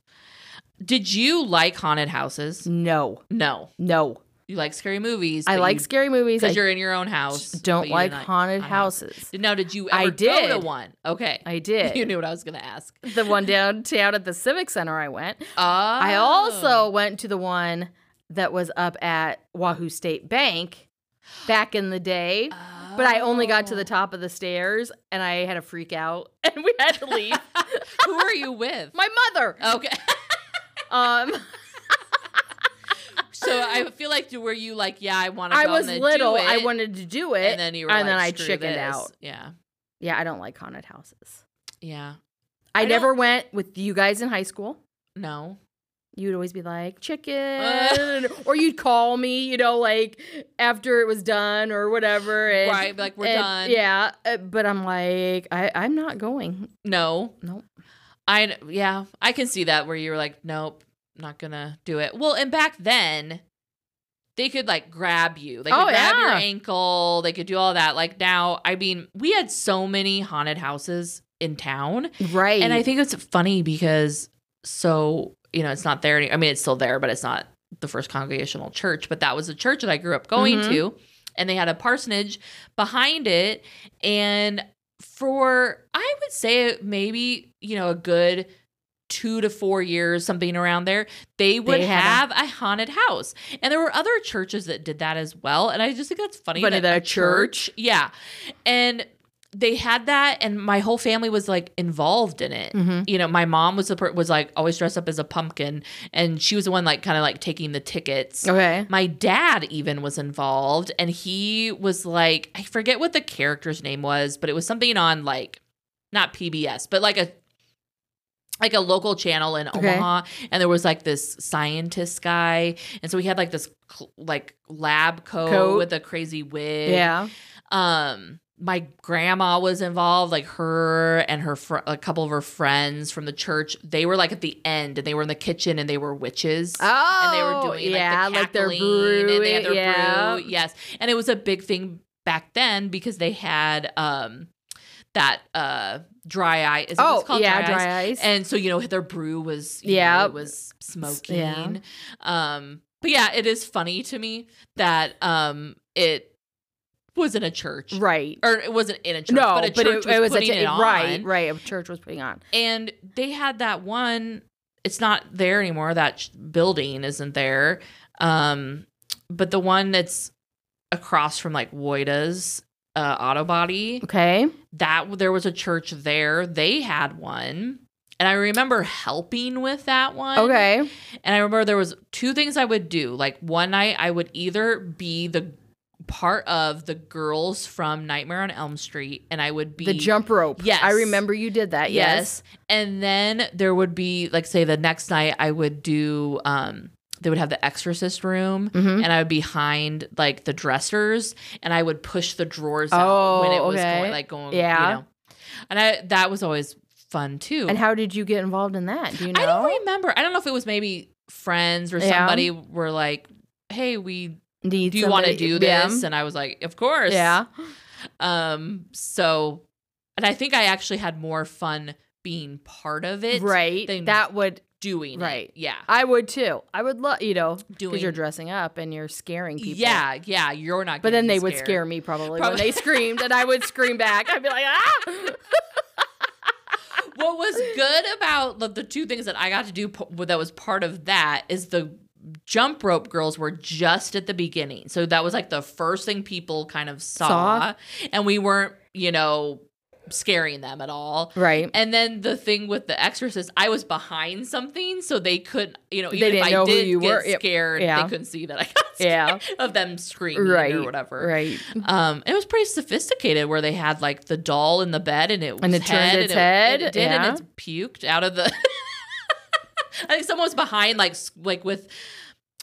Speaker 2: Did you like haunted houses?
Speaker 1: No,
Speaker 2: No,
Speaker 1: no.
Speaker 2: you like scary movies.
Speaker 1: I like scary movies. I
Speaker 2: because you're in your own house.
Speaker 1: just
Speaker 2: but
Speaker 1: don't
Speaker 2: you
Speaker 1: like
Speaker 2: didn't
Speaker 1: haunted
Speaker 2: haunted
Speaker 1: houses.
Speaker 2: Now, did you ever
Speaker 1: I
Speaker 2: go to
Speaker 1: did.
Speaker 2: one? Okay,
Speaker 1: I
Speaker 2: you
Speaker 1: did.
Speaker 2: knew what I was gonna ask.
Speaker 1: the one downtown at the Civic Center I went.
Speaker 2: Oh.
Speaker 1: I also went to the one that was up at Wahoo State Bank back in the day. But I only got to the
Speaker 2: Oh.
Speaker 1: top of the stairs and I had a freak out and we had to leave.
Speaker 2: Oh. Who are you with?
Speaker 1: My mother.
Speaker 2: Okay.
Speaker 1: Um
Speaker 2: So I feel like were you like, yeah, I want to.
Speaker 1: I was little.
Speaker 2: Do it,
Speaker 1: I wanted to do it.
Speaker 2: and then you were
Speaker 1: and
Speaker 2: like,
Speaker 1: then I
Speaker 2: "Screw
Speaker 1: chickened
Speaker 2: this."
Speaker 1: out.
Speaker 2: Yeah,
Speaker 1: yeah, I don't like haunted houses.
Speaker 2: yeah.
Speaker 1: I,
Speaker 2: I don't-
Speaker 1: never went with you guys in high school.
Speaker 2: No,
Speaker 1: You'd always be like, chicken. or you'd call me, you know, like after it was done or whatever. And,
Speaker 2: right? Like we're
Speaker 1: and-
Speaker 2: done.
Speaker 1: Yeah. uh, But I'm like, I, I'm not going.
Speaker 2: No,
Speaker 1: Nope.
Speaker 2: I yeah, I can see that where you were like, nope, not gonna do it. Well, and back then, they could like grab you, they could
Speaker 1: Oh,
Speaker 2: grab your
Speaker 1: yeah.
Speaker 2: ankle, they could do all that. Like now, I mean, we had so many haunted houses in town,
Speaker 1: Right.
Speaker 2: and I think it's funny because so you know it's not there. Any- I mean, it's still there, but it's not the first congregational church. But that was the church that I grew up going
Speaker 1: Mhm.
Speaker 2: to, and they had a parsonage behind it. And for I would say maybe you know a good two to four years, something around there, they would
Speaker 1: They had
Speaker 2: have a haunted house. And there were other churches that did that as well. And I just think that's funny.
Speaker 1: Funny that a church-
Speaker 2: yeah, and they had that, and my whole family was like involved in it
Speaker 1: Mhm.
Speaker 2: you know, my mom was the per- was like always dressed up as a pumpkin, and she was the one like kind of like taking the tickets.
Speaker 1: Okay.
Speaker 2: My dad even was involved, and he was like, I forget what the character's name was, but it was something on like not PBS, but like a like a local channel in
Speaker 1: Okay.
Speaker 2: Omaha, and there was like this scientist guy, and so he had like this cl- like lab coat,
Speaker 1: Coat.
Speaker 2: with a crazy wig,
Speaker 1: Yeah.
Speaker 2: um my grandma was involved like her and her fr- a couple of her friends from the church they were like at the end and they were in the kitchen and they were witches
Speaker 1: Oh,
Speaker 2: and they were doing
Speaker 1: yeah,
Speaker 2: like, the
Speaker 1: their
Speaker 2: cackling,
Speaker 1: brew.
Speaker 2: and they had their
Speaker 1: yeah.
Speaker 2: brew yes and it was a big thing back then because they had um that uh dry eye is it
Speaker 1: Oh,
Speaker 2: what's called
Speaker 1: yeah,
Speaker 2: dry, eyes?
Speaker 1: dry ice.
Speaker 2: and so you know their brew was
Speaker 1: Yeah.
Speaker 2: yeah it was smoking um but yeah it is funny to me that um it was in a church
Speaker 1: right.
Speaker 2: or it wasn't in a church,
Speaker 1: no,
Speaker 2: but a church
Speaker 1: but it,
Speaker 2: was,
Speaker 1: it was
Speaker 2: putting
Speaker 1: a t-
Speaker 2: it on.
Speaker 1: right, right. A church was putting on.
Speaker 2: And they had that one. It's not there anymore. That sh- building isn't there. Um, but the one that's across from like Woida's uh, Auto Body,
Speaker 1: Okay.
Speaker 2: that there was a church there. They had one, and I remember helping with that one.
Speaker 1: Okay.
Speaker 2: And I remember there was two things I would do. Like one night I would either be the part of the girls from Nightmare on Elm Street and I would be
Speaker 1: The jump rope.
Speaker 2: Yes.
Speaker 1: I remember you did that. Yes.
Speaker 2: Yes. And then there would be like say the next night I would do um they would have the exorcist room
Speaker 1: Mm-hmm.
Speaker 2: and I would be behind like the dressers and I would push the drawers
Speaker 1: Oh,
Speaker 2: out when it was
Speaker 1: okay.
Speaker 2: going like going
Speaker 1: Yeah.
Speaker 2: you know. And I that was always fun too.
Speaker 1: And how did you get involved in that? Do you know?
Speaker 2: I don't remember. I don't know if it was maybe friends or
Speaker 1: Yeah.
Speaker 2: somebody were like, "Hey, we
Speaker 1: Need
Speaker 2: do you want to
Speaker 1: somebody-
Speaker 2: do
Speaker 1: Yeah.
Speaker 2: this?" And I was like, "Of course."
Speaker 1: Yeah.
Speaker 2: Um. So, and I think I actually had more fun being part of it.
Speaker 1: right.
Speaker 2: then-
Speaker 1: that would
Speaker 2: doing it.
Speaker 1: Right.
Speaker 2: Yeah.
Speaker 1: I would too. I would love, you know,
Speaker 2: Doing
Speaker 1: because you're dressing up and you're scaring people.
Speaker 2: Yeah, yeah, you're not
Speaker 1: But
Speaker 2: gonna
Speaker 1: then
Speaker 2: be
Speaker 1: they would
Speaker 2: scared.
Speaker 1: scare me probably,
Speaker 2: Probably.
Speaker 1: when they screamed, and I would scream back. I'd be like, ah!
Speaker 2: what was good about the, the two things that I got to do po- that was part of that is the jump rope girls were just at the beginning. So that was like the first thing people kind of saw,
Speaker 1: Saw.
Speaker 2: and we weren't, you know, scaring them at all.
Speaker 1: Right.
Speaker 2: And then the thing with the exorcist, I was behind something, so they couldn't, you know,
Speaker 1: They
Speaker 2: even
Speaker 1: didn't
Speaker 2: if I
Speaker 1: know who
Speaker 2: did
Speaker 1: you
Speaker 2: get
Speaker 1: were. Yep.
Speaker 2: scared,
Speaker 1: Yeah.
Speaker 2: they couldn't see that I got scared
Speaker 1: Yeah.
Speaker 2: of them screaming
Speaker 1: Right.
Speaker 2: or whatever.
Speaker 1: Right.
Speaker 2: Um, it was pretty sophisticated where they had like the doll in the bed and it was
Speaker 1: And it turned
Speaker 2: head,
Speaker 1: its
Speaker 2: and it, and
Speaker 1: head,
Speaker 2: it did,
Speaker 1: yeah.
Speaker 2: and it puked out of the. I think someone was behind, like s- like with.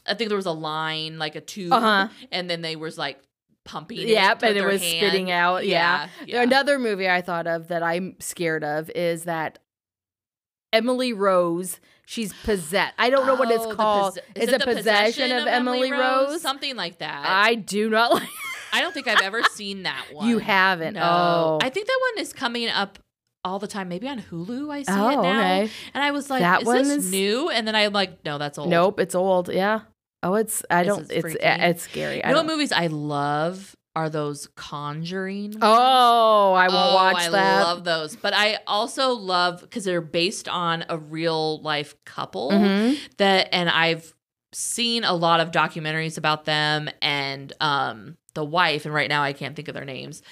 Speaker 2: I think there was a line, like a tube,
Speaker 1: Uh-huh.
Speaker 2: and then they was like pumping. it
Speaker 1: Yep,
Speaker 2: with
Speaker 1: and it
Speaker 2: their
Speaker 1: was
Speaker 2: hand.
Speaker 1: spitting out, yeah.
Speaker 2: yeah.
Speaker 1: Another movie I thought of that I'm scared of is that Emily Rose. She's possessed. I don't know what it's
Speaker 2: Oh, the
Speaker 1: called.
Speaker 2: posse-
Speaker 1: Is
Speaker 2: it
Speaker 1: it Possession of Emily Rose?
Speaker 2: Something like that.
Speaker 1: I do not like.
Speaker 2: I, don't think I've ever seen that one.
Speaker 1: You haven't.
Speaker 2: No.
Speaker 1: Oh.
Speaker 2: I think that one is coming up all the time. Maybe on Hulu, I see it
Speaker 1: oh,
Speaker 2: now.
Speaker 1: okay.
Speaker 2: And I was like,
Speaker 1: That
Speaker 2: "Is
Speaker 1: one
Speaker 2: this
Speaker 1: is-
Speaker 2: new?" And then I'm like, "No, that's old."
Speaker 1: Nope, it's old. Yeah. Oh, it's. I
Speaker 2: This
Speaker 1: don't.
Speaker 2: is
Speaker 1: It's. eh,
Speaker 2: freaky.
Speaker 1: It's scary.
Speaker 2: You
Speaker 1: I
Speaker 2: know what
Speaker 1: don't-
Speaker 2: movies I love are those Conjuring.
Speaker 1: Oh, I won't
Speaker 2: Oh,
Speaker 1: watch
Speaker 2: I
Speaker 1: that.
Speaker 2: love those, but I also love because they're based on a real life couple
Speaker 1: Mhm.
Speaker 2: that, and I've seen a lot of documentaries about them and um the wife, and right now I can't think of their names.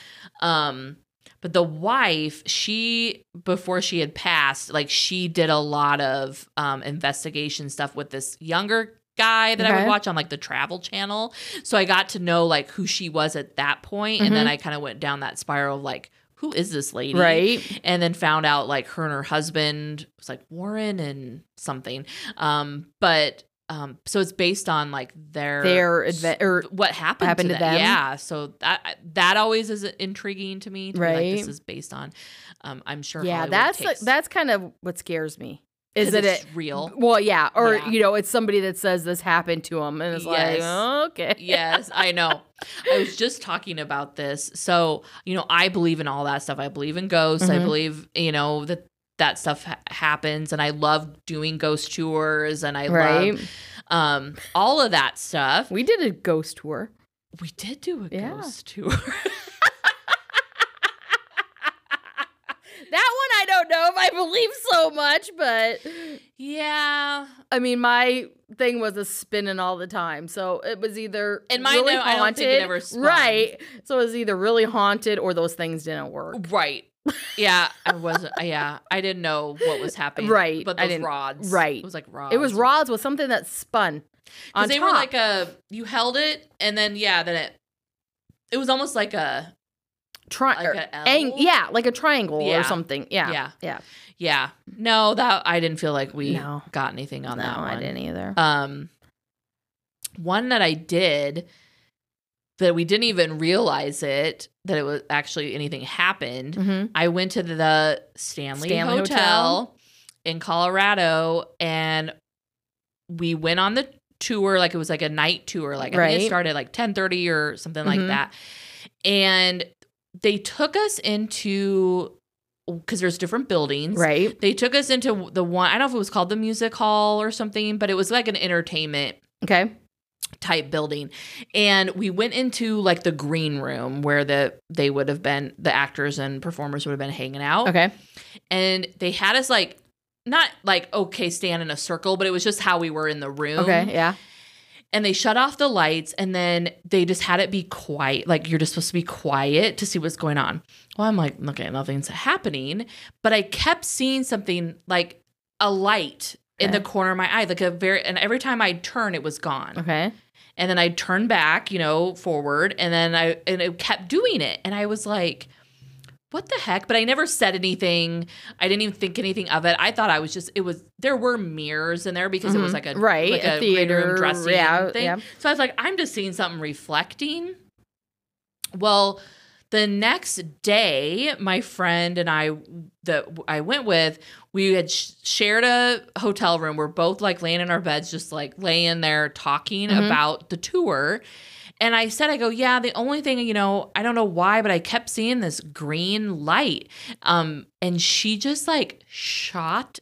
Speaker 2: Um, but the wife, she before she had passed, like she did a lot of um investigation stuff with this younger guy that I
Speaker 1: Okay.
Speaker 2: would watch on like the travel channel. So I got to know like who she was at that point, and then
Speaker 1: Mhm.
Speaker 2: I kind of went down that spiral of like who is this lady?
Speaker 1: Right.
Speaker 2: And then found out like her and her husband was like Warren and something. Um but um so it's based on like their
Speaker 1: Their adve- er, or
Speaker 2: what happened,
Speaker 1: happened
Speaker 2: to,
Speaker 1: to
Speaker 2: them.
Speaker 1: them.
Speaker 2: Yeah, so that that always is intriguing to me. To be Like, this
Speaker 1: Right.
Speaker 2: is based on. Um, I'm sure.
Speaker 1: yeah,
Speaker 2: Hollywood
Speaker 1: that's
Speaker 2: takes,
Speaker 1: that's kind of what scares me.
Speaker 2: 'cause
Speaker 1: Is that
Speaker 2: it's
Speaker 1: it?
Speaker 2: real?
Speaker 1: Well, yeah, or
Speaker 2: Yeah.
Speaker 1: you know, it's somebody that says this happened to him, and it's
Speaker 2: Yes.
Speaker 1: like, okay,
Speaker 2: yes, I know. I was just talking about this. So you know, I believe in all that stuff. I believe in ghosts. I
Speaker 1: Mhm.
Speaker 2: believe you know that that stuff ha- happens, and I love doing ghost tours, and I
Speaker 1: right?
Speaker 2: love um all of that stuff.
Speaker 1: We did a ghost tour.
Speaker 2: We did do a
Speaker 1: Yeah.
Speaker 2: ghost tour.
Speaker 1: That one I don't know if I believe so much, but
Speaker 2: yeah,
Speaker 1: I mean, my thing was a spinning all the time, so it was either
Speaker 2: And mine,
Speaker 1: really
Speaker 2: no, I
Speaker 1: haunted,
Speaker 2: don't think it ever spun.
Speaker 1: right? So it was either really haunted or those things didn't work.
Speaker 2: Right. Yeah, I wasn't. Yeah, I didn't know what was happening.
Speaker 1: Right,
Speaker 2: but
Speaker 1: I
Speaker 2: those
Speaker 1: didn't-
Speaker 2: rods.
Speaker 1: right.
Speaker 2: it was like rods.
Speaker 1: It was rods with something that spun on
Speaker 2: Because they
Speaker 1: top.
Speaker 2: were like a you held it and then yeah, then it it was almost like a
Speaker 1: tri-
Speaker 2: like
Speaker 1: or
Speaker 2: a L.
Speaker 1: ang- yeah, like a triangle
Speaker 2: Yeah.
Speaker 1: or something. Yeah,
Speaker 2: yeah,
Speaker 1: yeah.
Speaker 2: yeah. No, that I didn't feel like we
Speaker 1: No.
Speaker 2: got anything on
Speaker 1: no,
Speaker 2: that one.
Speaker 1: I didn't either.
Speaker 2: Um, one that I did that we didn't even realize it that it was actually anything happened.
Speaker 1: hmm
Speaker 2: I went to the Stanley,
Speaker 1: Stanley
Speaker 2: Hotel,
Speaker 1: Hotel.
Speaker 2: in Colorado and we went on the tour like it was like a night tour like I think
Speaker 1: Right.
Speaker 2: it started like 10:30 or something like
Speaker 1: Mhm.
Speaker 2: that. And they took us into cuz there's different buildings.
Speaker 1: Right.
Speaker 2: They took us into the one I don't know if it was called the music hall or something, but it was like an entertainment
Speaker 1: Okay.
Speaker 2: type building and we went into like the green room where the they would have been the actors and performers would have been hanging out
Speaker 1: Okay.
Speaker 2: and they had us like not like okay stand in a circle but it was just how we were in the room
Speaker 1: Okay. Yeah.
Speaker 2: and they shut off the lights and then they just had it be quiet like you're just supposed to be quiet to see what's going on well i'm like okay nothing's happening but i kept seeing something like a light in
Speaker 1: Okay.
Speaker 2: the corner of my eye like a very and every time i'd turn it was gone
Speaker 1: Okay.
Speaker 2: and then I'd turn back, you know, forward, and then I and it kept doing it, and I was like, "What the heck?" But I never said anything. I didn't even think anything of it. I thought I was just it was there were mirrors in there because it was
Speaker 1: Mhm.
Speaker 2: like a
Speaker 1: Right,
Speaker 2: like
Speaker 1: a
Speaker 2: a, green room
Speaker 1: theater,
Speaker 2: dressing
Speaker 1: yeah,
Speaker 2: thing.
Speaker 1: yeah.
Speaker 2: So I was like, I'm just seeing something reflecting. Well, the next day, my friend and I that I went with, we had sh- shared a hotel room. We're both like laying in our beds, just like laying there talking
Speaker 1: Mhm.
Speaker 2: about the tour. And I said, I go, yeah, the only thing, you know, I don't know why, but I kept seeing this green light. Um, and she just like shot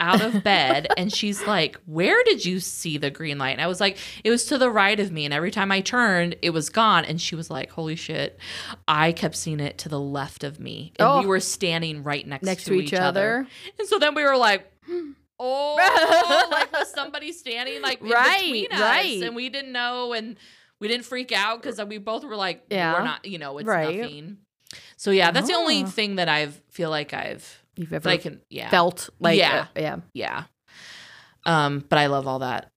Speaker 2: out of bed and she's like, Where did you see the green light? And I was like, It was to the right of me. And every time I turned, it was gone. And she was like, Holy shit. I kept seeing it to the left of me. And we
Speaker 1: Oh.
Speaker 2: were standing right next,
Speaker 1: next to each other.
Speaker 2: And so then we were like, Oh, like was somebody standing like in
Speaker 1: Right,
Speaker 2: between us,
Speaker 1: right.
Speaker 2: and we didn't know, and we didn't freak out because we both were like,
Speaker 1: Yeah.
Speaker 2: we're not, you know, it's
Speaker 1: Right.
Speaker 2: nothing. So yeah, that's the only
Speaker 1: Ah.
Speaker 2: thing that I've feel like I've
Speaker 1: You've ever
Speaker 2: that I can, yeah,
Speaker 1: felt like
Speaker 2: Yeah.
Speaker 1: uh, yeah.
Speaker 2: yeah. Um, but I love all that,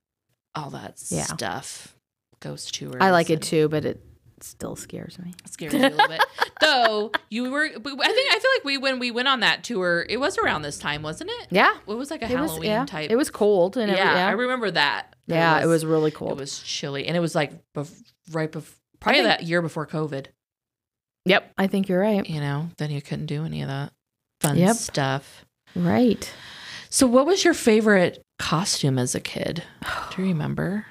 Speaker 2: all that
Speaker 1: Yeah.
Speaker 2: stuff. Ghost tours.
Speaker 1: I like it
Speaker 2: and-
Speaker 1: too, but it still scares me.
Speaker 2: scares me a little bit. Though you were, but I think I feel like we when we went on that tour, it was around this time, wasn't it?
Speaker 1: Yeah.
Speaker 2: It was like a
Speaker 1: it
Speaker 2: Halloween
Speaker 1: was yeah.
Speaker 2: type.
Speaker 1: It was cold and
Speaker 2: yeah,
Speaker 1: every- yeah.
Speaker 2: I remember that.
Speaker 1: yeah, it was really cold.
Speaker 2: It was chilly, and it was like bef- right before, probably
Speaker 1: think-
Speaker 2: that year before COVID.
Speaker 1: yep. I think you're right.
Speaker 2: You know, then you couldn't do any of that fun
Speaker 1: Yep.
Speaker 2: stuff.
Speaker 1: Right.
Speaker 2: So, what was your favorite costume as a kid? Do you remember?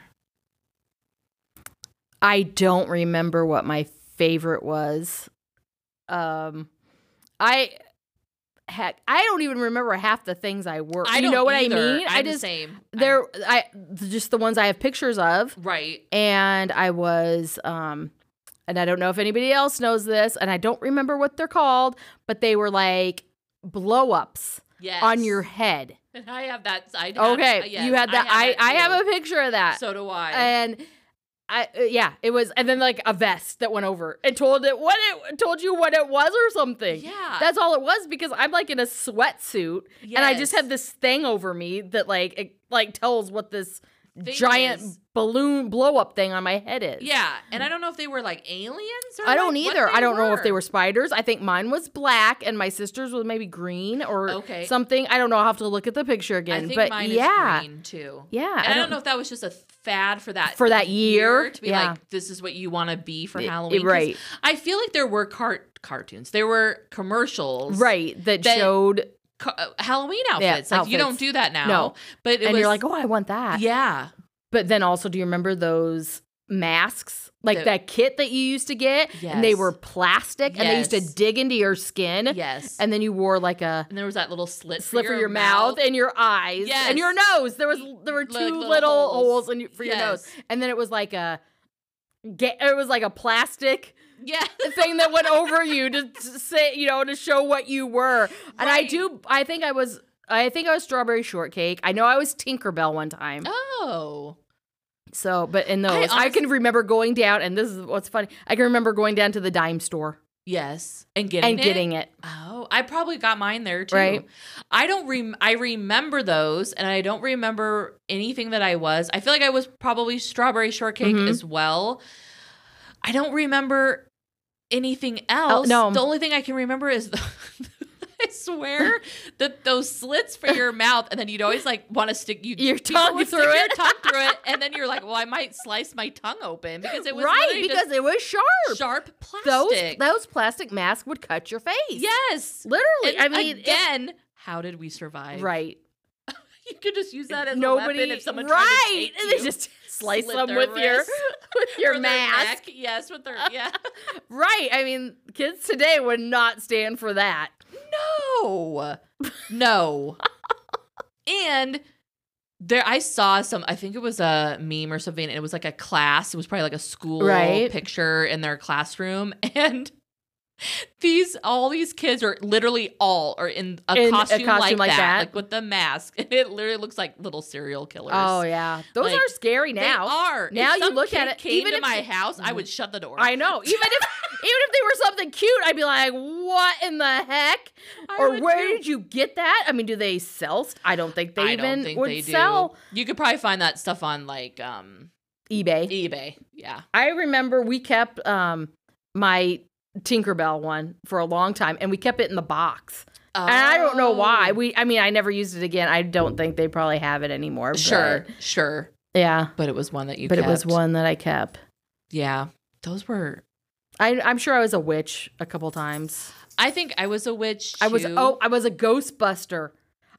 Speaker 1: I don't remember what my favorite was. Um, I heck, I don't even remember half the things I wore. you know what I mean?
Speaker 2: i
Speaker 1: I just
Speaker 2: same.
Speaker 1: there I just the ones I have pictures of,
Speaker 2: right.
Speaker 1: and I was um, and I don't know if anybody else knows this, and I don't remember what they're called, but they were like blow ups
Speaker 2: Yes.
Speaker 1: on your head.
Speaker 2: I have that. I have,
Speaker 1: Okay, you had that. I I have a picture of that.
Speaker 2: So do I.
Speaker 1: and I uh, yeah, it was, and then like a vest that went over and told it what it told you what it was or something.
Speaker 2: yeah.
Speaker 1: That's all it was because I'm like in a sweatsuit and I just
Speaker 2: yes.
Speaker 1: have this thing over me that like it like tells what this
Speaker 2: Thing
Speaker 1: giant
Speaker 2: is-
Speaker 1: balloon blow up thing on my head is.
Speaker 2: Yeah, and I don't know if they were like aliens. or
Speaker 1: I don't
Speaker 2: like, what
Speaker 1: either. I don't know if they
Speaker 2: were.
Speaker 1: were spiders. I think mine was black and my sister's was maybe green or
Speaker 2: Okay.
Speaker 1: something. I don't know. I'll have to look at the picture
Speaker 2: I
Speaker 1: again.
Speaker 2: think
Speaker 1: but
Speaker 2: mine
Speaker 1: yeah.
Speaker 2: is green too.
Speaker 1: Yeah.
Speaker 2: And I, don't, know if that was just a fad for that
Speaker 1: For that year,
Speaker 2: to be
Speaker 1: yeah.
Speaker 2: like, this is what you want to be for
Speaker 1: It-
Speaker 2: Halloween. 'Cause
Speaker 1: right.
Speaker 2: I feel like there were cart cartoons. There were commercials.
Speaker 1: Right. That,
Speaker 2: that-
Speaker 1: showed
Speaker 2: Co- uh, Halloween
Speaker 1: Yeah,
Speaker 2: outfits. like you don't
Speaker 1: outfits.
Speaker 2: do that now.
Speaker 1: No.
Speaker 2: But it
Speaker 1: and
Speaker 2: was
Speaker 1: you're like, oh, I want that.
Speaker 2: yeah.
Speaker 1: But then also, do you remember those masks? Like
Speaker 2: The-
Speaker 1: that kit that you used to get? And they
Speaker 2: Yes.
Speaker 1: were plastic and they used to
Speaker 2: Yes.
Speaker 1: dig into your skin.
Speaker 2: Yes. And,
Speaker 1: And then you wore like a
Speaker 2: there was that little slit
Speaker 1: slit for your, mouth, and your eyes and your nose. There was there were two
Speaker 2: Like little
Speaker 1: little,
Speaker 2: holes.
Speaker 1: holes, in your, for your nose.
Speaker 2: Yes.
Speaker 1: And then it was like a ga- it was like a plastic
Speaker 2: Yeah.
Speaker 1: thing that went over you to to say, you know, to show what you were. And I
Speaker 2: Right.
Speaker 1: do I think I was I think I was strawberry shortcake. I know I was Tinkerbell one time.
Speaker 2: Oh.
Speaker 1: So, but in those, I,
Speaker 2: honest-
Speaker 1: can remember going down, and this is what's funny. I can remember going down to the dime store
Speaker 2: Yes. And getting
Speaker 1: and
Speaker 2: it.
Speaker 1: getting it.
Speaker 2: Oh, I probably got mine there too.
Speaker 1: Right.
Speaker 2: I don't rem- I remember those and I don't remember anything that I was. I feel like I was probably strawberry shortcake
Speaker 1: Mhm.
Speaker 2: as well. I don't remember anything else.
Speaker 1: Oh, no.
Speaker 2: The only thing I can remember is I swear that those slits for your mouth and then you'd always like want to stick you
Speaker 1: Your
Speaker 2: people
Speaker 1: tongue
Speaker 2: would stick
Speaker 1: through
Speaker 2: your
Speaker 1: it.
Speaker 2: tongue through it and then you're like, "Well, I might slice my tongue open because it was
Speaker 1: right,
Speaker 2: literally just
Speaker 1: because it was sharp.
Speaker 2: sharp
Speaker 1: Those
Speaker 2: plastic."
Speaker 1: those plastic masks would cut your face.
Speaker 2: yes.
Speaker 1: literally.
Speaker 2: And
Speaker 1: I mean, it-
Speaker 2: again, how did we survive?
Speaker 1: right.
Speaker 2: You could just use that as
Speaker 1: Nobody.
Speaker 2: a weapon if someone
Speaker 1: right,
Speaker 2: tried to take
Speaker 1: and
Speaker 2: you.
Speaker 1: they just slice
Speaker 2: Slit
Speaker 1: them
Speaker 2: their
Speaker 1: with your
Speaker 2: wrist
Speaker 1: with
Speaker 2: Or
Speaker 1: your
Speaker 2: their
Speaker 1: mask.
Speaker 2: neck. Yes, with their yeah.
Speaker 1: Right. I mean, kids today would not stand for that.
Speaker 2: no, no. and there, I saw some. I think it was a meme or something. And it was like a class. It was probably like a school
Speaker 1: Right.
Speaker 2: picture in their classroom, and. These all these kids are literally all are in a,
Speaker 1: In a
Speaker 2: costume, like,
Speaker 1: costume like
Speaker 2: that,
Speaker 1: that.
Speaker 2: like with the mask, and it literally looks like little serial killers.
Speaker 1: Oh yeah, those
Speaker 2: Like,
Speaker 1: are scary now.
Speaker 2: They are. If
Speaker 1: Now you
Speaker 2: some
Speaker 1: look at it,
Speaker 2: kid Came
Speaker 1: even
Speaker 2: to
Speaker 1: if
Speaker 2: my
Speaker 1: you-
Speaker 2: house, I would shut the door.
Speaker 1: I know. Even if even if they were something cute, I'd be like, "What in the heck?"
Speaker 2: I
Speaker 1: or
Speaker 2: would
Speaker 1: where
Speaker 2: too.
Speaker 1: did you get that? I mean, do they sell? St- I don't think they
Speaker 2: I
Speaker 1: even
Speaker 2: don't think
Speaker 1: would
Speaker 2: they do.
Speaker 1: sell
Speaker 2: You could probably find that stuff on like um
Speaker 1: eBay.
Speaker 2: eBay. Yeah.
Speaker 1: I remember we kept um my Tinkerbell one for a long time, and we kept it in the box. And I don't know why.
Speaker 2: Oh.
Speaker 1: We, I mean, I never used it again. I don't think they probably have it anymore. but-
Speaker 2: sure, sure.
Speaker 1: yeah,
Speaker 2: But it was one that you.
Speaker 1: but it was
Speaker 2: kept.
Speaker 1: one that I kept.
Speaker 2: Yeah. Those were.
Speaker 1: I, I'm sure I was a witch a couple times.
Speaker 2: I think I was a witch.
Speaker 1: I was
Speaker 2: too.
Speaker 1: oh, I was a Ghostbuster.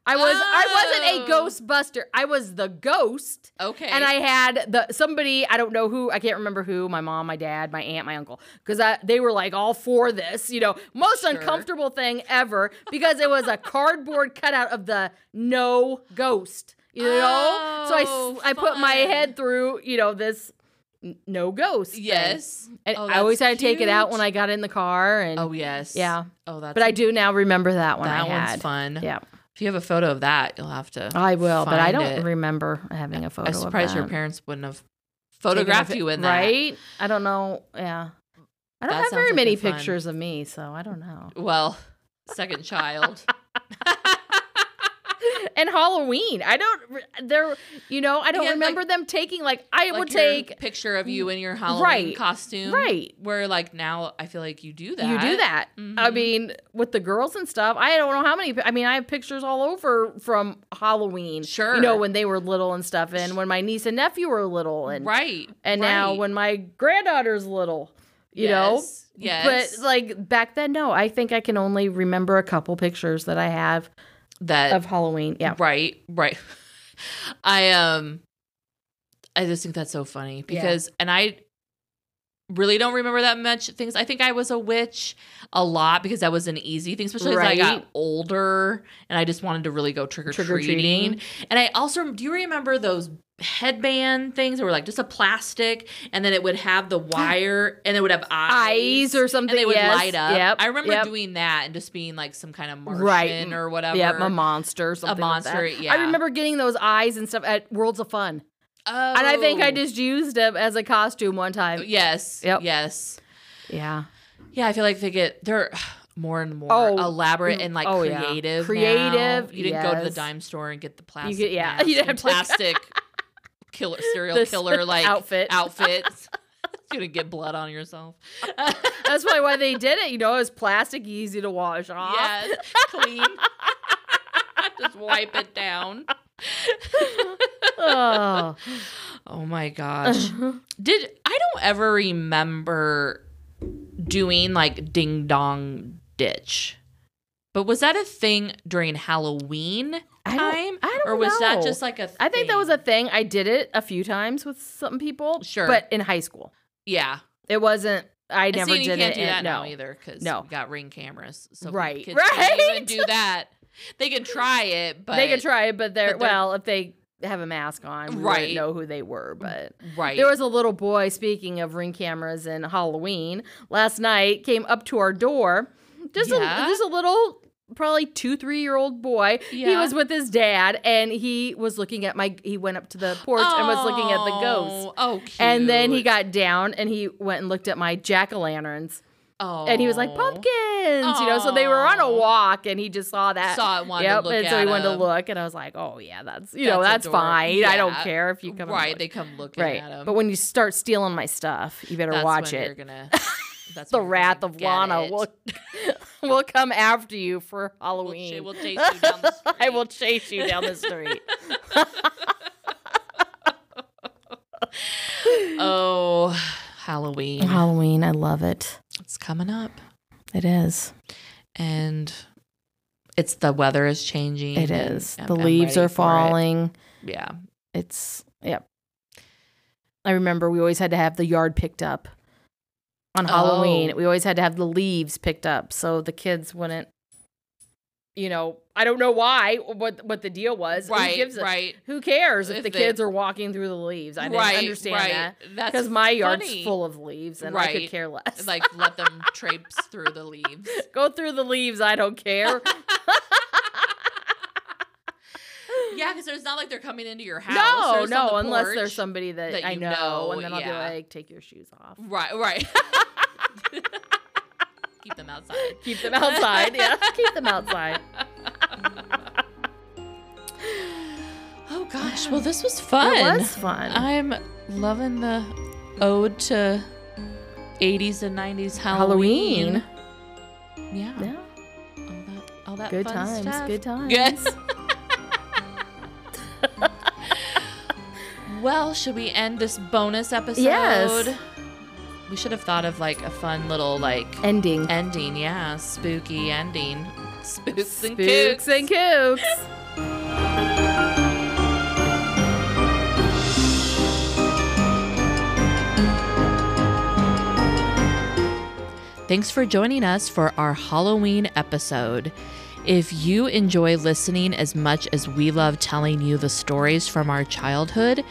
Speaker 1: I was I wasn't a Ghostbuster. I was the ghost.
Speaker 2: Oh. Okay.
Speaker 1: And I had the somebody I don't know who I can't remember who my mom, my dad, my aunt, my uncle because they were like all for this, you know, most
Speaker 2: Sure.
Speaker 1: uncomfortable thing ever because it was a cardboard cutout of the no ghost, you know. so I
Speaker 2: Oh,
Speaker 1: s- I put my
Speaker 2: fun.
Speaker 1: head through you know this n- no ghost. thing.
Speaker 2: yes.
Speaker 1: and
Speaker 2: Oh,
Speaker 1: I always
Speaker 2: that's
Speaker 1: had to take it out
Speaker 2: cute.
Speaker 1: when I got in the car and
Speaker 2: Oh yes.
Speaker 1: yeah,
Speaker 2: Oh that's
Speaker 1: but I do now remember that one.
Speaker 2: that
Speaker 1: I
Speaker 2: one's
Speaker 1: had.
Speaker 2: fun.
Speaker 1: Yeah,
Speaker 2: If you have a photo of that, you'll have to.
Speaker 1: I will, but I
Speaker 2: Find
Speaker 1: don't
Speaker 2: it.
Speaker 1: remember having a photo.
Speaker 2: I'm
Speaker 1: of
Speaker 2: surprised your
Speaker 1: that.
Speaker 2: parents wouldn't have
Speaker 1: taken a
Speaker 2: photographed
Speaker 1: pic-
Speaker 2: you in that.
Speaker 1: Right? I don't know. Yeah. I don't
Speaker 2: That
Speaker 1: have very
Speaker 2: sounds like
Speaker 1: many
Speaker 2: a fun-
Speaker 1: pictures of me, so I don't know.
Speaker 2: Well, second child.
Speaker 1: and Halloween, I don't. re- There, you know, I don't
Speaker 2: Yeah, like-
Speaker 1: remember them taking like I
Speaker 2: Like
Speaker 1: would
Speaker 2: your
Speaker 1: take.
Speaker 2: picture of you in your Halloween
Speaker 1: Right.
Speaker 2: costume.
Speaker 1: Right.
Speaker 2: Where like now I feel like you do that.
Speaker 1: You do that. I
Speaker 2: Mhm.
Speaker 1: mean, with the girls and stuff, I don't know how many. I mean, I have pictures all over from Halloween.
Speaker 2: Sure.
Speaker 1: You know, when they were little and stuff, and when my niece and nephew were little, and
Speaker 2: right.
Speaker 1: and now
Speaker 2: right.
Speaker 1: when my granddaughter's little, you know,
Speaker 2: yes. yes.
Speaker 1: But like back then, no, I think I can only remember a couple pictures that I have
Speaker 2: that
Speaker 1: of Halloween. Yeah.
Speaker 2: Right, right. I um I just think that's so funny because and I really don't remember that much things. I think I was a witch a lot because that was an easy thing, especially as I
Speaker 1: Right.
Speaker 2: got older and I just wanted to really go trick or treating.
Speaker 1: Trick-or-treating.
Speaker 2: And I also do you remember those headband things that were like just a plastic and then it would have the wire and it would have eyes
Speaker 1: Eyes or something.
Speaker 2: and they would
Speaker 1: yes.
Speaker 2: light up.
Speaker 1: Yep.
Speaker 2: I remember
Speaker 1: yep.
Speaker 2: doing that and just being like some kind of Martian
Speaker 1: Right.
Speaker 2: or whatever.
Speaker 1: Yep, a monster, something. like that.
Speaker 2: monster, yeah.
Speaker 1: I remember getting those eyes and stuff at Worlds of Fun,
Speaker 2: Oh.
Speaker 1: and I think I just used them as a costume one time.
Speaker 2: Yes.
Speaker 1: Yep.
Speaker 2: Yes.
Speaker 1: Yeah,
Speaker 2: Yeah, I feel like they get they're more and more
Speaker 1: Oh,
Speaker 2: elaborate and like
Speaker 1: oh, yeah.
Speaker 2: creative.
Speaker 1: Creative,
Speaker 2: now. You didn't go to
Speaker 1: yes.
Speaker 2: the dime store and get the plastic.
Speaker 1: get- yeah,
Speaker 2: mask
Speaker 1: you didn't
Speaker 2: and
Speaker 1: have to-
Speaker 2: plastic killer serial
Speaker 1: This
Speaker 2: killer like
Speaker 1: outfit.
Speaker 2: outfits. you didn't get blood on yourself.
Speaker 1: That's probably why they did it. You know, it was plastic, easy to wash off.
Speaker 2: Yes. Clean. Just wipe it down.
Speaker 1: Oh.
Speaker 2: Oh my gosh. Did I don't ever remember doing like ding dong ditch. But was that a thing during Halloween
Speaker 1: I don't-
Speaker 2: time?
Speaker 1: I don't
Speaker 2: or was that
Speaker 1: know.
Speaker 2: just like a
Speaker 1: I think that was a
Speaker 2: thing?
Speaker 1: thing. I did it a few times with some people.
Speaker 2: Sure.
Speaker 1: But in high school,
Speaker 2: Yeah.
Speaker 1: it wasn't. I
Speaker 2: And
Speaker 1: never
Speaker 2: see,
Speaker 1: did
Speaker 2: you can't
Speaker 1: it.
Speaker 2: do
Speaker 1: in-
Speaker 2: that
Speaker 1: no.
Speaker 2: now either because
Speaker 1: No.
Speaker 2: we got ring cameras. So
Speaker 1: Right.
Speaker 2: kids can't even
Speaker 1: Right.
Speaker 2: do that. They can try it, but
Speaker 1: they could try it, but they're,
Speaker 2: but they're-
Speaker 1: well, if they have a mask on, we
Speaker 2: Right.
Speaker 1: right? Know who they were, but
Speaker 2: Right.
Speaker 1: there was a little boy. Speaking of ring cameras and Halloween, last night came up to our door, just
Speaker 2: Yeah.
Speaker 1: a just a little. Probably two, three year old boy. He
Speaker 2: Yeah.
Speaker 1: was with his dad and he was looking at my. He went up to the porch and was looking at the ghost.
Speaker 2: Oh, oh, cute.
Speaker 1: And then he got down and he went and looked at my jack o' lanterns.
Speaker 2: oh.
Speaker 1: And he was like, pumpkins, you know? So they were on a
Speaker 2: Aw.
Speaker 1: walk and he just saw that.
Speaker 2: Saw it, wanted
Speaker 1: yep.
Speaker 2: to look
Speaker 1: and
Speaker 2: at
Speaker 1: so he wanted to
Speaker 2: him.
Speaker 1: look. And I was like, oh, yeah, that's, you know, that's
Speaker 2: That's adorable.
Speaker 1: fine. I don't
Speaker 2: Yeah.
Speaker 1: care if you come and
Speaker 2: Right,
Speaker 1: look.
Speaker 2: they come looking
Speaker 1: Right.
Speaker 2: at him.
Speaker 1: But when you start stealing my stuff, you better
Speaker 2: That's
Speaker 1: watch
Speaker 2: when You're
Speaker 1: it.
Speaker 2: gonna, that's
Speaker 1: The
Speaker 2: when you're
Speaker 1: wrath
Speaker 2: gonna
Speaker 1: of
Speaker 2: get
Speaker 1: Lana
Speaker 2: it.
Speaker 1: will, will come after you for Halloween.
Speaker 2: We'll, chase you down the street.
Speaker 1: I will chase you down the street.
Speaker 2: Oh, Halloween.
Speaker 1: Halloween, I love it.
Speaker 2: It's coming up.
Speaker 1: It is.
Speaker 2: And it's the weather is changing.
Speaker 1: It
Speaker 2: and
Speaker 1: is.
Speaker 2: I'm-
Speaker 1: the
Speaker 2: I'm
Speaker 1: leaves
Speaker 2: ready
Speaker 1: are
Speaker 2: for it.
Speaker 1: falling.
Speaker 2: Yeah.
Speaker 1: It's yep. I remember we always had to have the yard picked up on Halloween.
Speaker 2: Oh.
Speaker 1: We always had to have the leaves picked up so the kids wouldn't. You know, I don't know why what what the deal was.
Speaker 2: Right.
Speaker 1: Who gives a,
Speaker 2: right.
Speaker 1: Who cares if,
Speaker 2: If
Speaker 1: the
Speaker 2: they-
Speaker 1: kids are walking through the leaves? I didn't
Speaker 2: right,
Speaker 1: understand
Speaker 2: right.
Speaker 1: that
Speaker 2: That's
Speaker 1: because my yard's
Speaker 2: funny.
Speaker 1: full of leaves and I
Speaker 2: Right.
Speaker 1: could care less.
Speaker 2: Like let them traipse through the leaves.
Speaker 1: go through the leaves. I don't care.
Speaker 2: Yeah, because it's not like they're coming into your house. They're
Speaker 1: No,
Speaker 2: just on
Speaker 1: no,
Speaker 2: the
Speaker 1: unless
Speaker 2: porch.
Speaker 1: there's somebody that,
Speaker 2: that
Speaker 1: I
Speaker 2: you
Speaker 1: know,
Speaker 2: know,
Speaker 1: and then I'll
Speaker 2: yeah.
Speaker 1: be like, take your shoes off.
Speaker 2: Right. Right. Keep them outside.
Speaker 1: Keep them outside. yeah, keep them outside.
Speaker 2: Oh gosh. Well, this was fun.
Speaker 1: It was fun. Uh,
Speaker 2: I'm loving the ode to 80s and 90s Halloween.
Speaker 1: Halloween.
Speaker 2: Yeah.
Speaker 1: Yeah,
Speaker 2: All that, all that
Speaker 1: good
Speaker 2: fun
Speaker 1: times.
Speaker 2: stuff.
Speaker 1: Good times.
Speaker 2: Yes. well, should we end this bonus episode?
Speaker 1: Yes.
Speaker 2: We should have thought of like a fun little like
Speaker 1: Ending.
Speaker 2: ending. Yeah, spooky ending. Spooks and
Speaker 1: Spooks
Speaker 2: kooks.
Speaker 1: and kooks.
Speaker 2: Thanks for joining us for our Halloween episode. If you enjoy listening as much as we love telling you the stories from our childhood,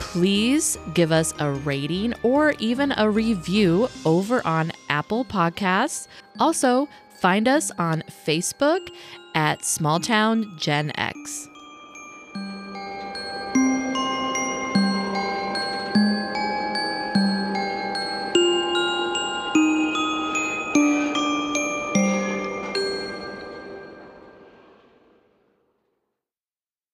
Speaker 2: please give us a rating or even a review over on Apple Podcasts. Also, find us on Facebook at Smalltown Gen X.